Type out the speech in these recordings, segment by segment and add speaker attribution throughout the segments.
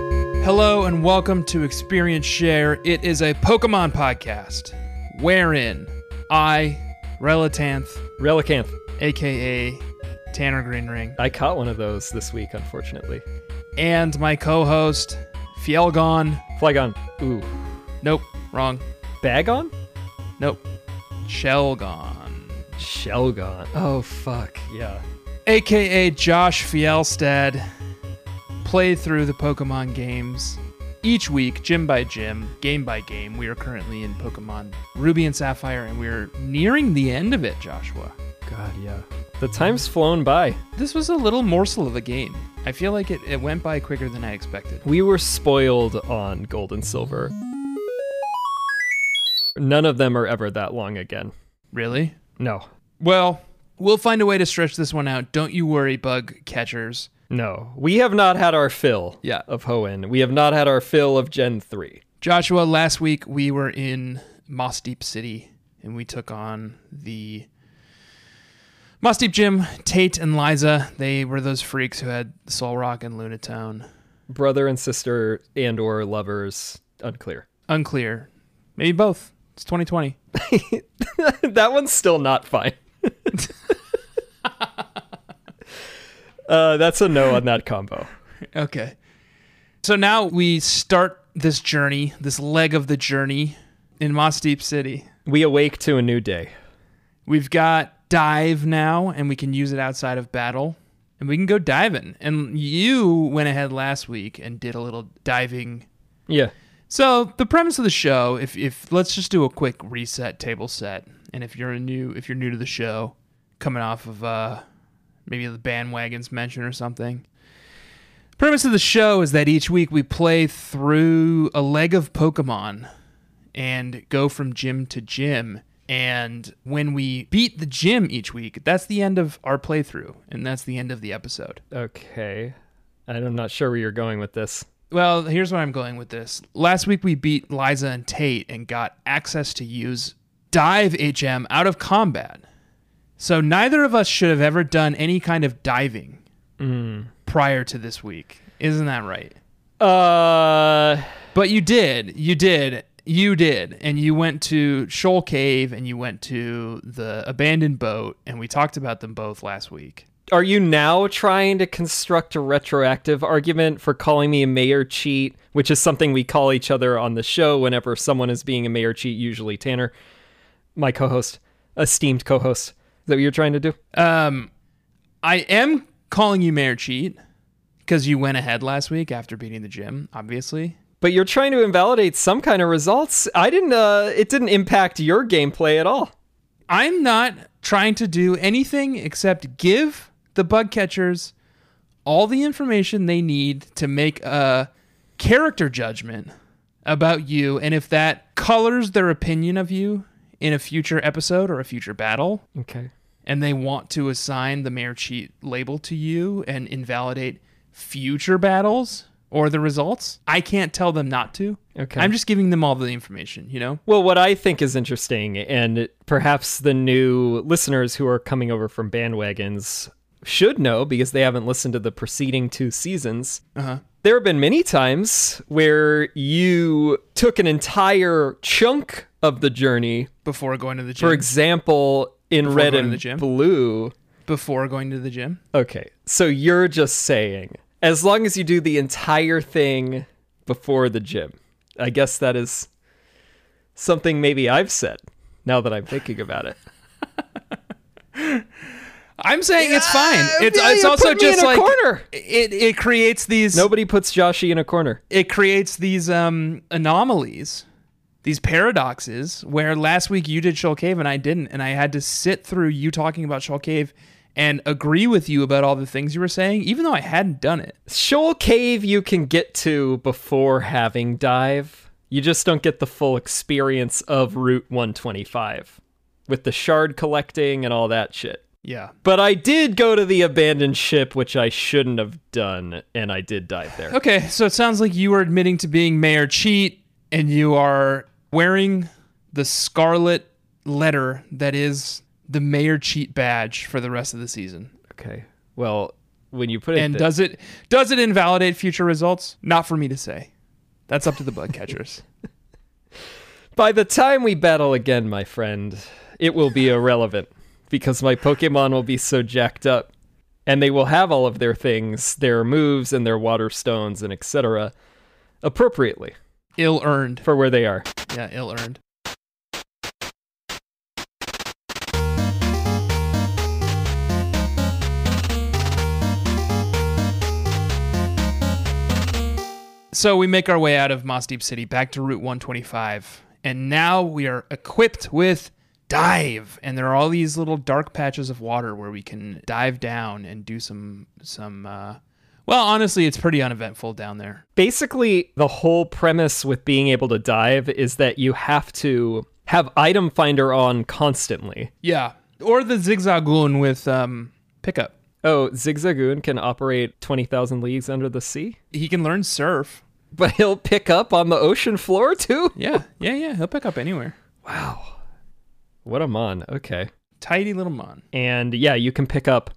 Speaker 1: Hello and welcome to Experience Share. It is a Pokemon podcast wherein I, Relatanth,
Speaker 2: Relicanth.
Speaker 1: aka Tanner Greenring,
Speaker 2: I caught one of those this week, unfortunately.
Speaker 1: and my co host, Fielgon.
Speaker 2: Flygon. Ooh.
Speaker 1: Nope, wrong.
Speaker 2: Bagon?
Speaker 1: Nope. Shellgon.
Speaker 2: Shelgon. Oh, fuck. Yeah.
Speaker 1: aka Josh Fielstad, play through the Pokemon games. Each week, gym by gym, game by game, we are currently in Pokemon Ruby and Sapphire, and we're nearing the end of it, Joshua.
Speaker 2: God, yeah. The time's flown by.
Speaker 1: This was a little morsel of a game. I feel like it, it went by quicker than I expected.
Speaker 2: We were spoiled on gold and silver. None of them are ever that long again.
Speaker 1: Really?
Speaker 2: No.
Speaker 1: Well, we'll find a way to stretch this one out. Don't you worry, bug catchers.
Speaker 2: No. We have not had our fill
Speaker 1: Yeah.
Speaker 2: of Hoenn. We have not had our fill of Gen 3.
Speaker 1: Joshua, last week we were in Moss Deep City and we took on the Moss Deep Gym, Tate and Liza. They were those freaks who had Soul Rock and Lunatone.
Speaker 2: Brother and sister and or lovers. Unclear.
Speaker 1: Unclear. Maybe both. It's 2020.
Speaker 2: that one's still not fine. uh, that's a no on that combo.
Speaker 1: Okay. So now we start this journey, this leg of the journey in Moss Deep City.
Speaker 2: We awake to a new day.
Speaker 1: We've got dive now, and we can use it outside of battle, and we can go diving. And you went ahead last week and did a little diving.
Speaker 2: Yeah.
Speaker 1: So the premise of the show, if if let's just do a quick reset table set, and if you're a new if you're new to the show, coming off of uh, maybe the bandwagon's mention or something. Premise of the show is that each week we play through a leg of Pokemon and go from gym to gym. And when we beat the gym each week, that's the end of our playthrough, and that's the end of the episode.
Speaker 2: Okay. I'm not sure where you're going with this.
Speaker 1: Well, here's where I'm going with this. Last week we beat Liza and Tate and got access to use Dive HM out of combat. So neither of us should have ever done any kind of diving prior to this week. Isn't that right?
Speaker 2: Uh,
Speaker 1: But you did. You did. You did. And you went to Shoal Cave and you went to the abandoned boat and we talked about them both last week.
Speaker 2: are you now trying to construct a retroactive argument for calling me a mayor cheat, which is something we call each other on the show whenever someone is being a mayor cheat, usually Tanner, my co-host, esteemed co-host. Is that what you're trying to do?
Speaker 1: Um, I am calling you Mayor Cheat because you went ahead last week after beating the gym, obviously.
Speaker 2: But you're trying to invalidate some kind of results. I didn't. Uh, it didn't impact your gameplay at all.
Speaker 1: I'm not trying to do anything except give the bug catchers all the information they need to make a character judgment about you. And if that colors their opinion of you in a future episode or a future battle,
Speaker 2: Okay.
Speaker 1: and they want to assign the mayor cheat label to you and invalidate future battles or the results, I can't tell them not to.
Speaker 2: Okay.
Speaker 1: I'm just giving them all the information, you know?
Speaker 2: Well, what I think is interesting, and perhaps the new listeners who are coming over from bandwagons should know because they haven't listened to the preceding two seasons.
Speaker 1: Uh-huh.
Speaker 2: There have been many times where you took an entire chunk of the journey.
Speaker 1: Before going to the gym.
Speaker 2: For example, in
Speaker 1: going
Speaker 2: red
Speaker 1: to
Speaker 2: and
Speaker 1: the gym?
Speaker 2: blue.
Speaker 1: before going to the gym.
Speaker 2: Okay, so you're just saying as long as you do the entire thing before the gym. I guess that is something maybe I've said now that I'm thinking about it.
Speaker 1: I'm saying it's fine. It's
Speaker 2: yeah,
Speaker 1: it's
Speaker 2: you
Speaker 1: also
Speaker 2: put me in
Speaker 1: just
Speaker 2: a
Speaker 1: like
Speaker 2: corner.
Speaker 1: it it creates these
Speaker 2: Nobody puts Joshy in a corner.
Speaker 1: it creates these um anomalies, these paradoxes where last week you did Shoal Cave and I didn't, and I had to sit through you talking about Shoal Cave and agree with you about all the things you were saying, even though I hadn't done it.
Speaker 2: Shoal Cave you can get to before having dive. You just don't get the full experience of Route 125 with the shard collecting and all that shit.
Speaker 1: Yeah.
Speaker 2: But I did go to the abandoned ship, which I shouldn't have done, and I did dive there.
Speaker 1: Okay, so it sounds like you are admitting to being Mayor Cheat, and you are wearing the scarlet letter that is the Mayor Cheat badge for the rest of the season.
Speaker 2: Okay. Well, when you put it
Speaker 1: And
Speaker 2: thi-
Speaker 1: does it does it invalidate future results? Not for me to say. That's up to the bug catchers.
Speaker 2: By the time we battle again, my friend, it will be irrelevant because my Pokemon will be so jacked up and they will have all of their things, their moves and their water stones and etc. appropriately
Speaker 1: Ill earned.
Speaker 2: for where they are.
Speaker 1: Yeah, ill earned. So we make our way out of Moss Deep City back to Route 125. And now we are equipped with dive. And there are all these little dark patches of water where we can dive down and do some some uh well, honestly, it's pretty uneventful down there.
Speaker 2: basically the whole premise with being able to dive is that you have to have item finder on constantly.
Speaker 1: Yeah. Or the zigzagoon with um pickup.
Speaker 2: Oh, Zigzagoon can operate 20,000 leagues under the sea,
Speaker 1: he can learn surf.
Speaker 2: but he'll pick up on the ocean floor too?
Speaker 1: Yeah, yeah, yeah. He'll pick up anywhere.
Speaker 2: Wow. What a mon. Okay.
Speaker 1: Tidy little mon.
Speaker 2: And yeah, you can pick up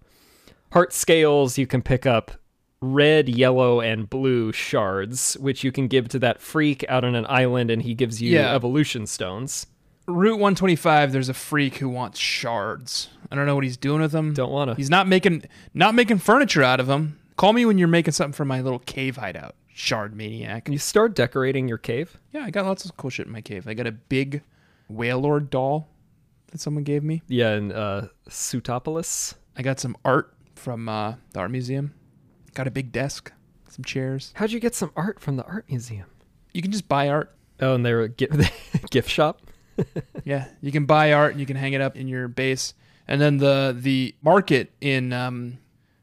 Speaker 2: heart scales, you can pick up red, yellow, and blue shards, which you can give to that freak out on an island, and he gives you
Speaker 1: Yeah.
Speaker 2: evolution stones.
Speaker 1: Route 125. There's a freak who wants shards. I don't know what he's doing with them.
Speaker 2: Don't wanna.
Speaker 1: He's not making not making furniture out of them. Call me when you're making something for my little cave hideout. Shard maniac.
Speaker 2: You start decorating your cave.
Speaker 1: Yeah, I got lots of cool shit in my cave. I got a big whale lord doll that someone gave me.
Speaker 2: Yeah, in uh, Sutopolis.
Speaker 1: I got some art from uh, the art museum. Got a big desk, some chairs.
Speaker 2: How'd you get some art from the art museum?
Speaker 1: You can just buy art.
Speaker 2: Oh, and they were a gift, gift shop.
Speaker 1: Yeah, you can buy art and you can hang it up in your base, and then the the market in um,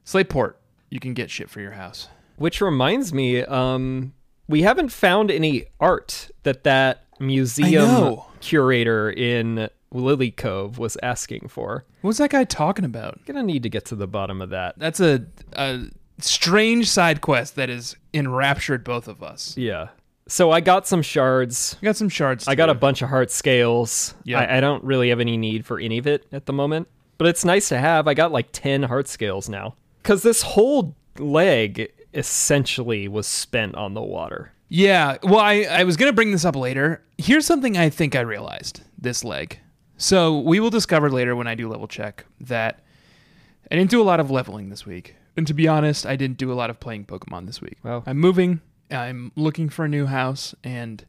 Speaker 1: Slateport, you can get shit for your house.
Speaker 2: Which reminds me, um, we haven't found any art that that museum
Speaker 1: know.
Speaker 2: curator in Lily Cove was asking for.
Speaker 1: What's that guy talking about?
Speaker 2: Gonna need to get to the bottom of that.
Speaker 1: That's a, a strange side quest that has enraptured both of us.
Speaker 2: Yeah. So I got some shards.
Speaker 1: I got some shards.
Speaker 2: I
Speaker 1: to
Speaker 2: got a
Speaker 1: do.
Speaker 2: bunch of heart scales.
Speaker 1: Yeah.
Speaker 2: I, I don't really have any need for any of it at the moment, but it's nice to have. I got like 10 heart scales now. Because this whole leg essentially was spent on the water.
Speaker 1: Yeah. Well, I, I was going to bring this up later. Here's something I think I realized this leg. So we will discover later when I do level check that I didn't do a lot of leveling this week. And to be honest, I didn't do a lot of playing Pokemon this week.
Speaker 2: Wow.
Speaker 1: I'm moving, I'm looking for a new house, and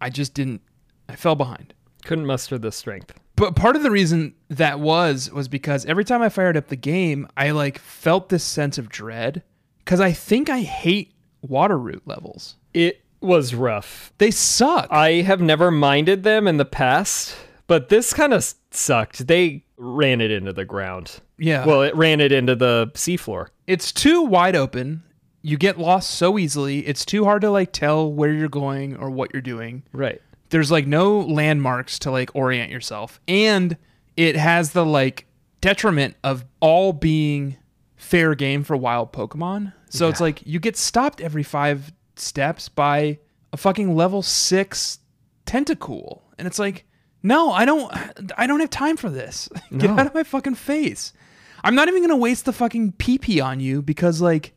Speaker 1: I just didn't, I fell behind.
Speaker 2: Couldn't muster the strength.
Speaker 1: But part of the reason that was was because every time I fired up the game, I like felt this sense of dread because I think I hate water route levels.
Speaker 2: It was rough.
Speaker 1: They suck.
Speaker 2: I have never minded them in the past, but this kind of sucked. They ran it into the ground.
Speaker 1: yeah.
Speaker 2: Well, it ran it into the seafloor.
Speaker 1: it's too wide open. You get lost so easily. It's too hard to like tell where you're going or what you're doing.
Speaker 2: Right.
Speaker 1: There's like no landmarks to like orient yourself. And it has the like detriment of all being fair game for wild Pokemon. So it's like you get stopped every five steps by a fucking level six tentacool. And it's like, no, I don't I don't have time for this. get
Speaker 2: No.
Speaker 1: out of my fucking face. I'm not even gonna waste the fucking PP on you because like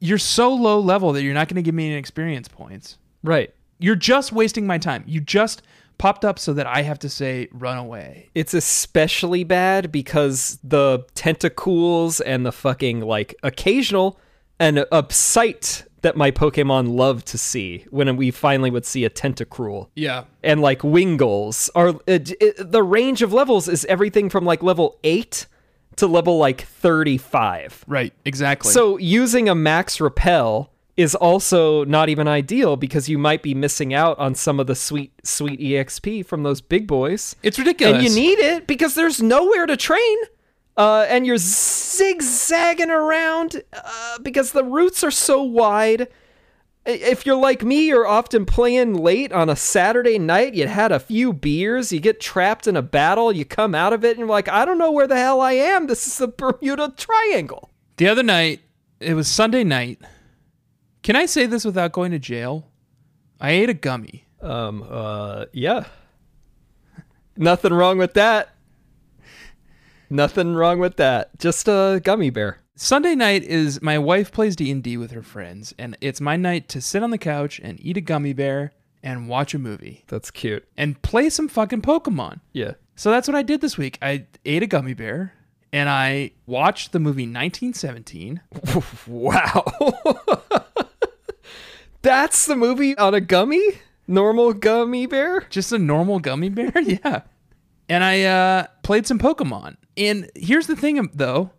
Speaker 1: you're so low level that you're not gonna give me any experience points.
Speaker 2: Right.
Speaker 1: You're just wasting my time. You just popped up so that I have to say run away.
Speaker 2: It's especially bad because the tentacles and the fucking like occasional and upsight that my Pokemon love to see when we finally would see a tentacruel
Speaker 1: Yeah.
Speaker 2: and like wingles are it, it, the range of levels is everything from like level 8 to level like 35.
Speaker 1: Right. Exactly.
Speaker 2: So using a max repel is also not even ideal because you might be missing out on some of the sweet sweet exp from those big boys.
Speaker 1: it's ridiculous.
Speaker 2: And you need it because there's nowhere to train. Uh, and you're zigzagging around uh, because the routes are so wide. I- If you're like me, you're often playing late on a Saturday night. You had a few beers, you get trapped in a battle, you come out of it, and you're like, I don't know where the hell I am. This is the Bermuda Triangle.
Speaker 1: The other night, it was Sunday night. Can I say this without going to jail? I ate a gummy.
Speaker 2: Um, uh, yeah. Nothing wrong with that. Nothing wrong with that. Just a gummy bear.
Speaker 1: Sunday night is my wife plays D and D with her friends, and it's my night to sit on the couch and eat a gummy bear and watch a movie
Speaker 2: That's cute.
Speaker 1: and play some fucking Pokemon.
Speaker 2: Yeah.
Speaker 1: So that's what I did this week. I ate a gummy bear and I watched the movie 1917.
Speaker 2: Wow. That's the movie on a gummy? Normal gummy bear?
Speaker 1: Just a normal gummy bear, yeah. And I uh, played some Pokemon. And here's the thing, um, though,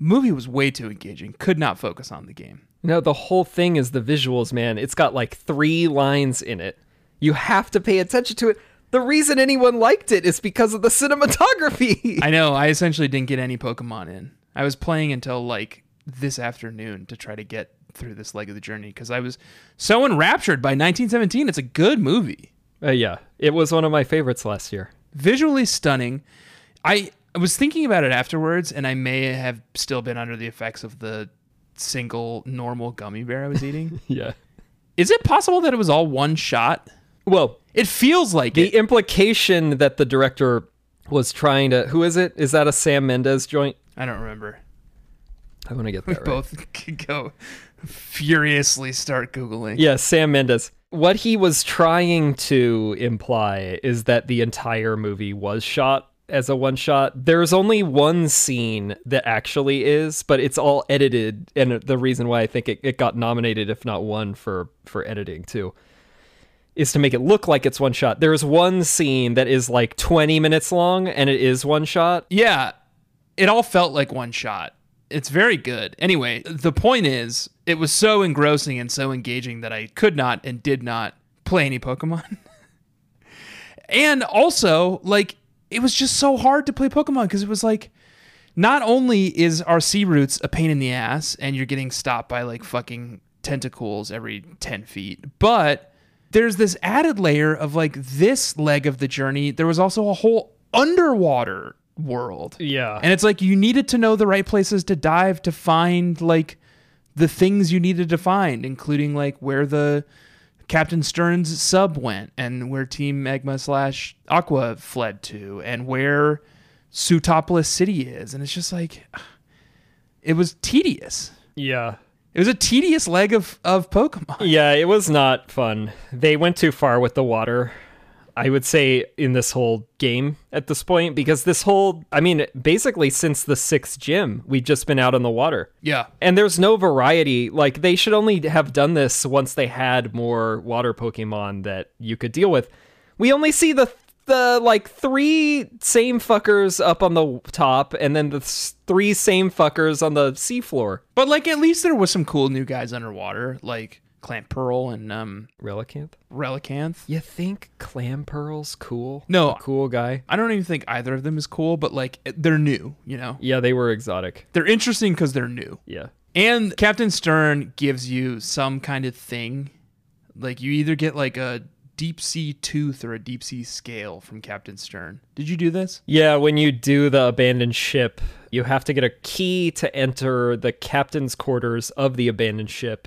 Speaker 1: movie was way too engaging. Could not focus on the game.
Speaker 2: No, the whole thing is the visuals, man. It's got like three lines in it. You have to pay attention to it. The reason anyone liked it is because of the cinematography.
Speaker 1: I know. I essentially didn't get any Pokemon in. I was playing until like this afternoon to try to get through this leg of the journey because I was so enraptured by 1917. It's a good movie.
Speaker 2: Uh, yeah, it was one of my favorites last year.
Speaker 1: visually stunning. I I was thinking about it afterwards, and I may have still been under the effects of the single normal gummy bear I was eating.
Speaker 2: Yeah.
Speaker 1: Is it possible that it was all one shot?
Speaker 2: Well,
Speaker 1: It feels like
Speaker 2: the
Speaker 1: it.
Speaker 2: implication that the director was trying to. Who is it? Is that a Sam Mendes joint?
Speaker 1: I don't remember.
Speaker 2: I want to get that right.
Speaker 1: Both could go furiously start googling.
Speaker 2: Yeah, Sam Mendes. What he was trying to imply is that the entire movie was shot as a one shot. There's only one scene that actually is, but it's all edited. And the reason why I think it, it got nominated, if not won, for, for editing too, is to make it look like it's one shot. There is one scene that is like 20 minutes long and it is one shot.
Speaker 1: Yeah, it all felt like one shot. It's very good. Anyway, the point is, it was so engrossing and so engaging that I could not and did not play any Pokemon. and also, like, it was just so hard to play Pokemon because it was like, not only is our sea routes a pain in the ass and you're getting stopped by like fucking tentacles every 10 feet, but there's this added layer of like this leg of the journey. There was also a whole underwater world.
Speaker 2: Yeah.
Speaker 1: And it's like you needed to know the right places to dive to find like the things you needed to find, including like where the Captain Stern's sub went and where Team Magma slash Aqua fled to and where Sutopolis City is. And it's just like it was tedious.
Speaker 2: Yeah.
Speaker 1: It was a tedious leg of, of Pokemon.
Speaker 2: Yeah, it was not fun. They went too far with the water. I would say in this whole game at this point because this whole I mean basically since the 6th gym, we've just been out on the water.
Speaker 1: Yeah.
Speaker 2: And there's no variety. Like they should only have done this once they had more water Pokemon that you could deal with. We only see the the like three same fuckers up on the top and then the s- three same fuckers on the seafloor.
Speaker 1: But like at least there was some cool new guys underwater, like Clamp Pearl and um
Speaker 2: Relicanth.
Speaker 1: Relicanth.
Speaker 2: You think Clam Pearl's cool?
Speaker 1: No.
Speaker 2: A cool guy.
Speaker 1: I don't even think either of them is cool, but like they're new, you know?
Speaker 2: Yeah, they were exotic.
Speaker 1: They're interesting because they're new.
Speaker 2: Yeah.
Speaker 1: And Captain Stern gives you some kind of thing. Like you either get like a deep sea tooth or a deep sea scale from Captain Stern. Did you do this?
Speaker 2: Yeah, when you do the abandoned ship, you have to get a key to enter the captain's quarters of the abandoned ship.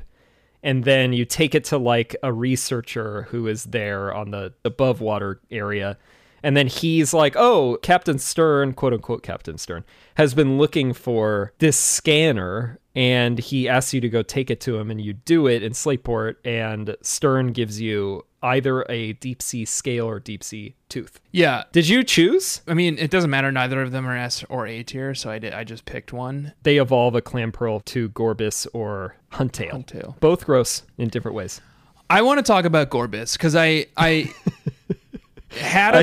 Speaker 2: And then you take it to like a researcher who is there on the above water area. And then he's like, oh, Captain Stern, quote unquote Captain Stern, has been looking for this scanner. And he asks you to go take it to him, and you do it in Slateport. And Stern gives you either a deep sea scale or deep sea tooth.
Speaker 1: Yeah.
Speaker 2: Did you choose?
Speaker 1: I mean, it doesn't matter. Neither of them are S or A tier, so I did. I just picked one.
Speaker 2: they evolve a clam pearl to Gorbis or Huntail.
Speaker 1: Huntail.
Speaker 2: Both gross in different ways.
Speaker 1: I want to talk about Gorbis because I I had a,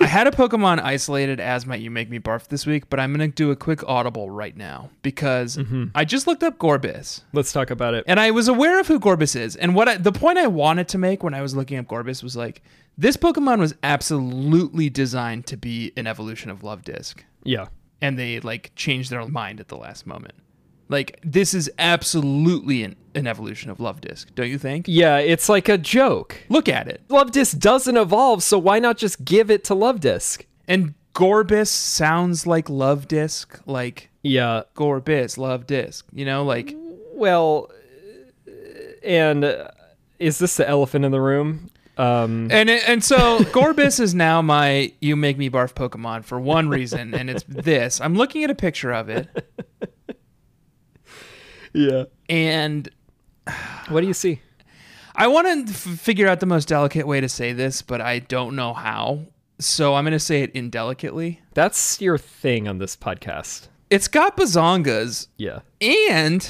Speaker 1: I had a Pokemon isolated as my You Make Me Barf this week, but I'm gonna do a quick audible right now because I just looked up Gorbis.
Speaker 2: Let's talk about it.
Speaker 1: and I was aware of who Gorbis is. And what I, the point I wanted to make when I was looking up Gorbis was like, this Pokemon was absolutely designed to be an evolution of Love Disc,
Speaker 2: Yeah.
Speaker 1: and they like changed their mind at the last moment. Like this is absolutely an, an evolution of Love Disc, don't you think?
Speaker 2: Yeah, it's like a joke.
Speaker 1: Look at it.
Speaker 2: Love Disc doesn't evolve, so why not just give it to Love Disc?
Speaker 1: And Gorbis sounds like Love Disc, like
Speaker 2: Yeah.
Speaker 1: Gorbis, Love Disc. You know, like
Speaker 2: Well, uh, and uh, is this the elephant in the room? Um,
Speaker 1: And it, and so Gorbis is now my you make me barf Pokemon for one reason, and it's this. I'm looking at a picture of it.
Speaker 2: Yeah.
Speaker 1: And
Speaker 2: What do you see?
Speaker 1: I want to f- figure out the most delicate way to say this, but I don't know how. So I'm going to say it indelicately.
Speaker 2: That's your thing on this podcast.
Speaker 1: It's got bazongas,
Speaker 2: Yeah.
Speaker 1: and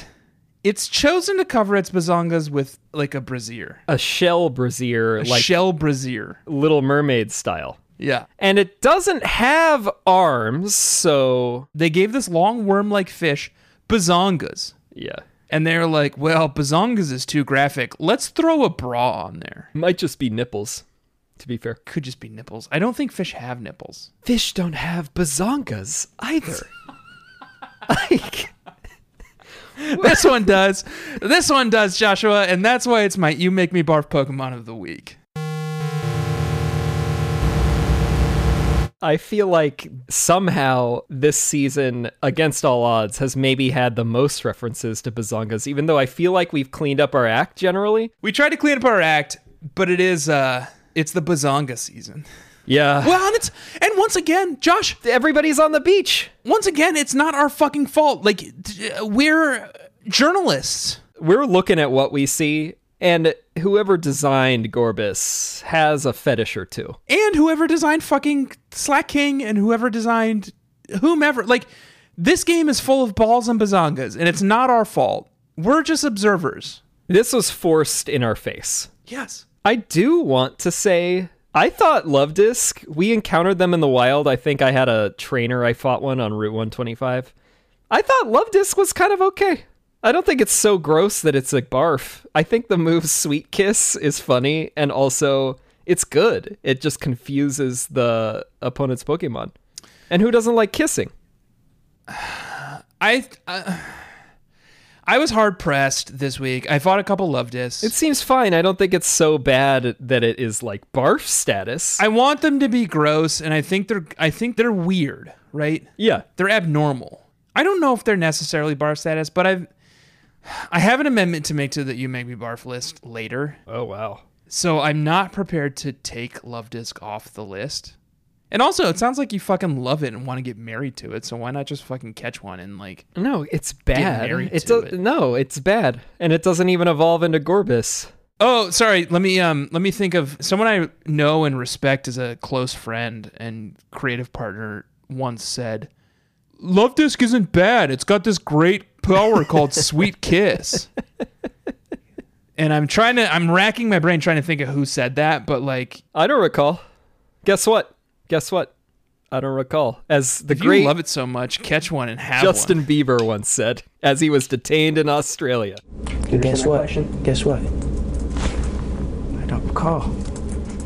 Speaker 1: it's chosen to cover its bazongas with like a brassiere,
Speaker 2: A shell brassiere, like
Speaker 1: shell brassiere.
Speaker 2: Little Mermaid style.
Speaker 1: Yeah.
Speaker 2: And it doesn't have arms, so
Speaker 1: They gave this long worm like fish bazongas.
Speaker 2: yeah.
Speaker 1: And they're like, well, bazongas is too graphic. Let's throw a bra on there.
Speaker 2: Might just be nipples, to be fair.
Speaker 1: Could just be nipples. I don't think fish have nipples.
Speaker 2: Fish don't have bazongas either. like,
Speaker 1: this one does. This one does, Joshua, and that's why it's my You Make Me Barf Pokemon of the Week.
Speaker 2: I feel like somehow this season, against all odds, has maybe had the most references to bazongas, even though I feel like we've cleaned up our act generally.
Speaker 1: We tried to clean up our act, but it is uh it's the Bazonga season.
Speaker 2: Yeah.
Speaker 1: Well, and it's and once again, Josh,
Speaker 2: Everybody's on the beach.
Speaker 1: once again, it's not our fucking fault. Like d- uh, we're journalists.
Speaker 2: We're looking at what we see, and whoever designed Gorbis has a fetish or two.
Speaker 1: And whoever designed fucking Slack King and whoever designed whomever, like this game is full of balls and bazongas, and it's not our fault. We're just observers.
Speaker 2: This was forced in our face.
Speaker 1: Yes.
Speaker 2: I do want to say I thought Love Disc, we encountered them in the wild. I think I had a trainer I fought one on Route 125. I thought Love Disc was kind of okay. I don't think it's so gross that it's a barf. I think the move Sweet Kiss is funny and also it's good. It just confuses the opponent's Pokemon. And who doesn't like kissing?
Speaker 1: I uh, I was hard pressed this week. I fought a couple love discs.
Speaker 2: It seems fine. I don't think it's so bad that it is like barf status.
Speaker 1: I want them to be gross, and I think they're I think they're weird, right?
Speaker 2: yeah.
Speaker 1: They're abnormal. I don't know if they're necessarily barf status, but I've I have an amendment to make to the you make me barf list later,
Speaker 2: Oh, wow.
Speaker 1: so I'm not prepared to take love disc off the list. And also, it sounds like you fucking love it and want to get married to it, so why not just fucking catch one and like
Speaker 2: No, it's bad.
Speaker 1: married
Speaker 2: It,
Speaker 1: to
Speaker 2: do-
Speaker 1: it.
Speaker 2: No, it's bad, and it doesn't even evolve into Gorbis.
Speaker 1: Oh, sorry. Let me um let me think of someone I know and respect as a close friend and creative partner once said, "Love Disc isn't bad. It's got this great power called Sweet Kiss." and I'm trying to I'm racking my brain trying to think of who said that, but like
Speaker 2: I don't recall. Guess what? Guess what? I don't recall. As the
Speaker 1: if you
Speaker 2: great
Speaker 1: love it so much, catch one and have
Speaker 2: Justin
Speaker 1: one.
Speaker 2: Bieber once said, as he was detained in Australia.
Speaker 3: Guess what? Guess what? I don't recall.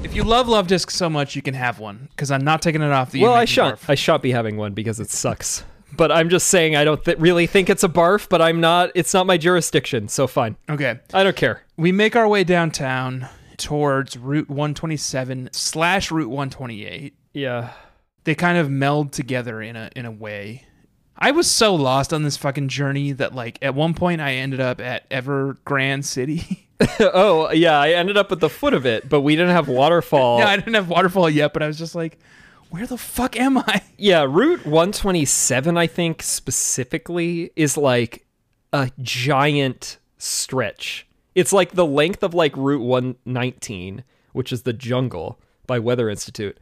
Speaker 1: If you love Love Disc so much, you can have one cuz I'm not taking it off the
Speaker 2: well, I
Speaker 1: Unity
Speaker 2: shan't.
Speaker 1: barf.
Speaker 2: I shan't be having one because it sucks. But I'm just saying I don't th- really think it's a barf. But I'm not. It's not my jurisdiction. So fine.
Speaker 1: Okay.
Speaker 2: I don't care.
Speaker 1: We make our way downtown towards Route 127 slash Route 128.
Speaker 2: Yeah.
Speaker 1: They kind of meld together in a in a way. I was so lost on this fucking journey that like at one point I ended up at Evergrande City.
Speaker 2: oh yeah. I ended up at the foot of it, but we didn't have waterfall.
Speaker 1: yeah, I didn't have waterfall yet, but I was just like, where the fuck am I?
Speaker 2: Yeah, Route 127, I think specifically, is like a giant stretch. It's like the length of like Route 119, which is the jungle by Weather Institute.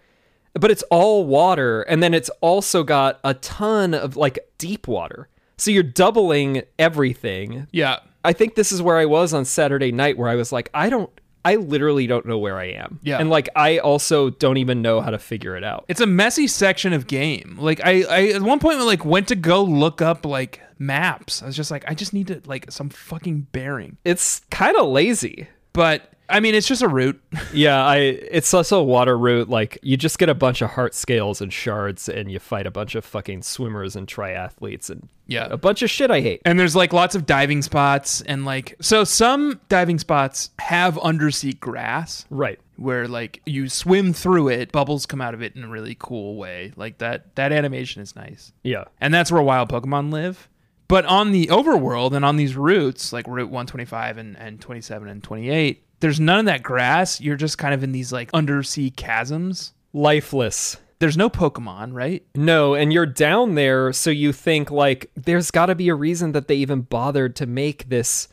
Speaker 2: But it's all water, and then it's also got a ton of like deep water. So you're doubling everything.
Speaker 1: Yeah.
Speaker 2: I think this is where I was on Saturday night where I was like, I don't I literally don't know where I am.
Speaker 1: Yeah.
Speaker 2: And like I also don't even know how to figure it out.
Speaker 1: It's a messy section of game. Like I, I at one point like went to go look up like maps. I was just like, I just need to like some fucking bearing.
Speaker 2: It's kind of lazy.
Speaker 1: But I mean it's just a route.
Speaker 2: Yeah, I it's also a water route. Like you just get a bunch of heart scales and shards, and you fight a bunch of fucking swimmers and triathletes and
Speaker 1: Yeah.
Speaker 2: a bunch of shit I hate.
Speaker 1: And there's like lots of diving spots and like so some diving spots have undersea grass
Speaker 2: Right.
Speaker 1: where like you swim through it, bubbles come out of it in a really cool way. Like that that animation is nice.
Speaker 2: Yeah.
Speaker 1: And that's where wild Pokemon live. But on the overworld and on these routes, like Route 125 and, and 27 and 28, there's none of that grass. You're just kind of in these like undersea chasms.
Speaker 2: Lifeless.
Speaker 1: there's no Pokemon, right?
Speaker 2: No, and you're down there, so you think like there's got to be a reason that they even bothered to make this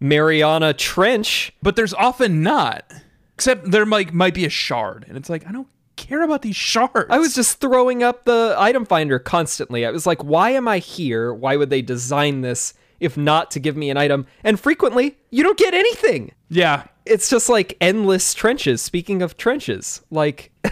Speaker 2: Mariana Trench.
Speaker 1: But there's often not. Except there might might be a shard, and it's like I don't care about these shards.
Speaker 2: I was just throwing up the item finder constantly. I was like, why am I here? Why would they design this if not to give me an item? And frequently, you don't get anything.
Speaker 1: yeah.
Speaker 2: It's just like endless trenches. Speaking of trenches, like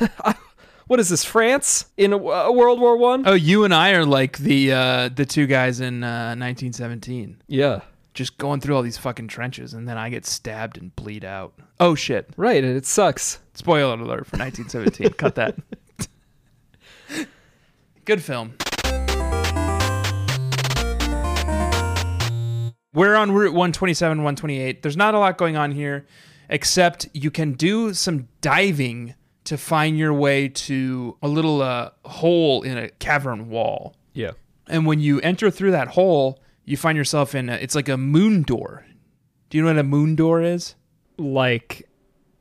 Speaker 2: what is this France in a, a World War 1?
Speaker 1: Oh, you and I are like the uh, the two guys in uh, 1917,
Speaker 2: yeah.
Speaker 1: just going through all these fucking trenches, and then I get stabbed and bleed out. Oh shit!
Speaker 2: Right, and it sucks.
Speaker 1: Spoiler alert for 1917. Cut that. Good film. We're on Route 127, 128. There's not a lot going on here, except you can do some diving to find your way to a little uh, hole in a cavern wall.
Speaker 2: Yeah.
Speaker 1: And when you enter through that hole, you find yourself in a, it's like a moon door. Do you know what a moon door is?
Speaker 2: like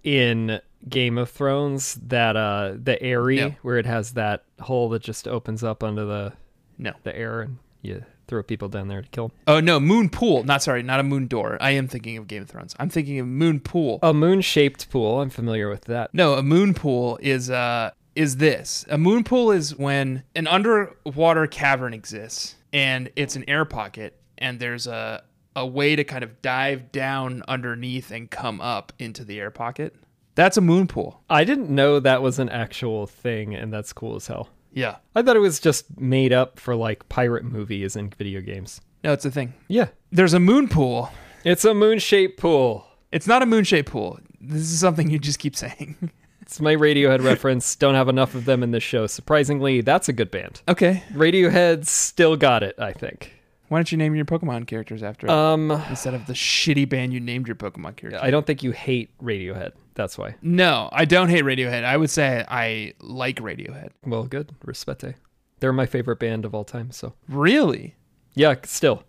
Speaker 2: in Game of Thrones that uh the airy
Speaker 1: Yeah.
Speaker 2: where it has that hole that just opens up under the
Speaker 1: No.
Speaker 2: the air and you throw people down there to kill 'em.
Speaker 1: Oh no, moon pool. Not sorry, not a moon door. I am thinking of Game of Thrones. I'm thinking of moon pool.
Speaker 2: A moon-shaped pool. I'm familiar with that.
Speaker 1: No, a moon pool is uh is this. A moon pool is when an underwater cavern exists and it's an air pocket and there's a a way to kind of dive down underneath and come up into the air pocket. That's a moon pool.
Speaker 2: I didn't know that was an actual thing and that's cool as hell.
Speaker 1: Yeah.
Speaker 2: I thought it was just made up for like pirate movies and video games.
Speaker 1: No, it's a thing.
Speaker 2: Yeah.
Speaker 1: There's a moon pool.
Speaker 2: It's a moon-shaped pool.
Speaker 1: It's not a moon shaped pool. This is something you just keep saying.
Speaker 2: It's my Radiohead reference. Don't have enough of them in this show. Surprisingly, that's a good band.
Speaker 1: Okay.
Speaker 2: Radiohead still got it, I think.
Speaker 1: Why don't you name your Pokemon characters after it
Speaker 2: Um
Speaker 1: instead of the shitty band you named your Pokemon character?
Speaker 2: I don't think you hate Radiohead. That's why.
Speaker 1: no, I don't hate Radiohead. I would say I like Radiohead.
Speaker 2: Well, good. Respete. They're my favorite band of all time. So,
Speaker 1: Really?
Speaker 2: yeah, still.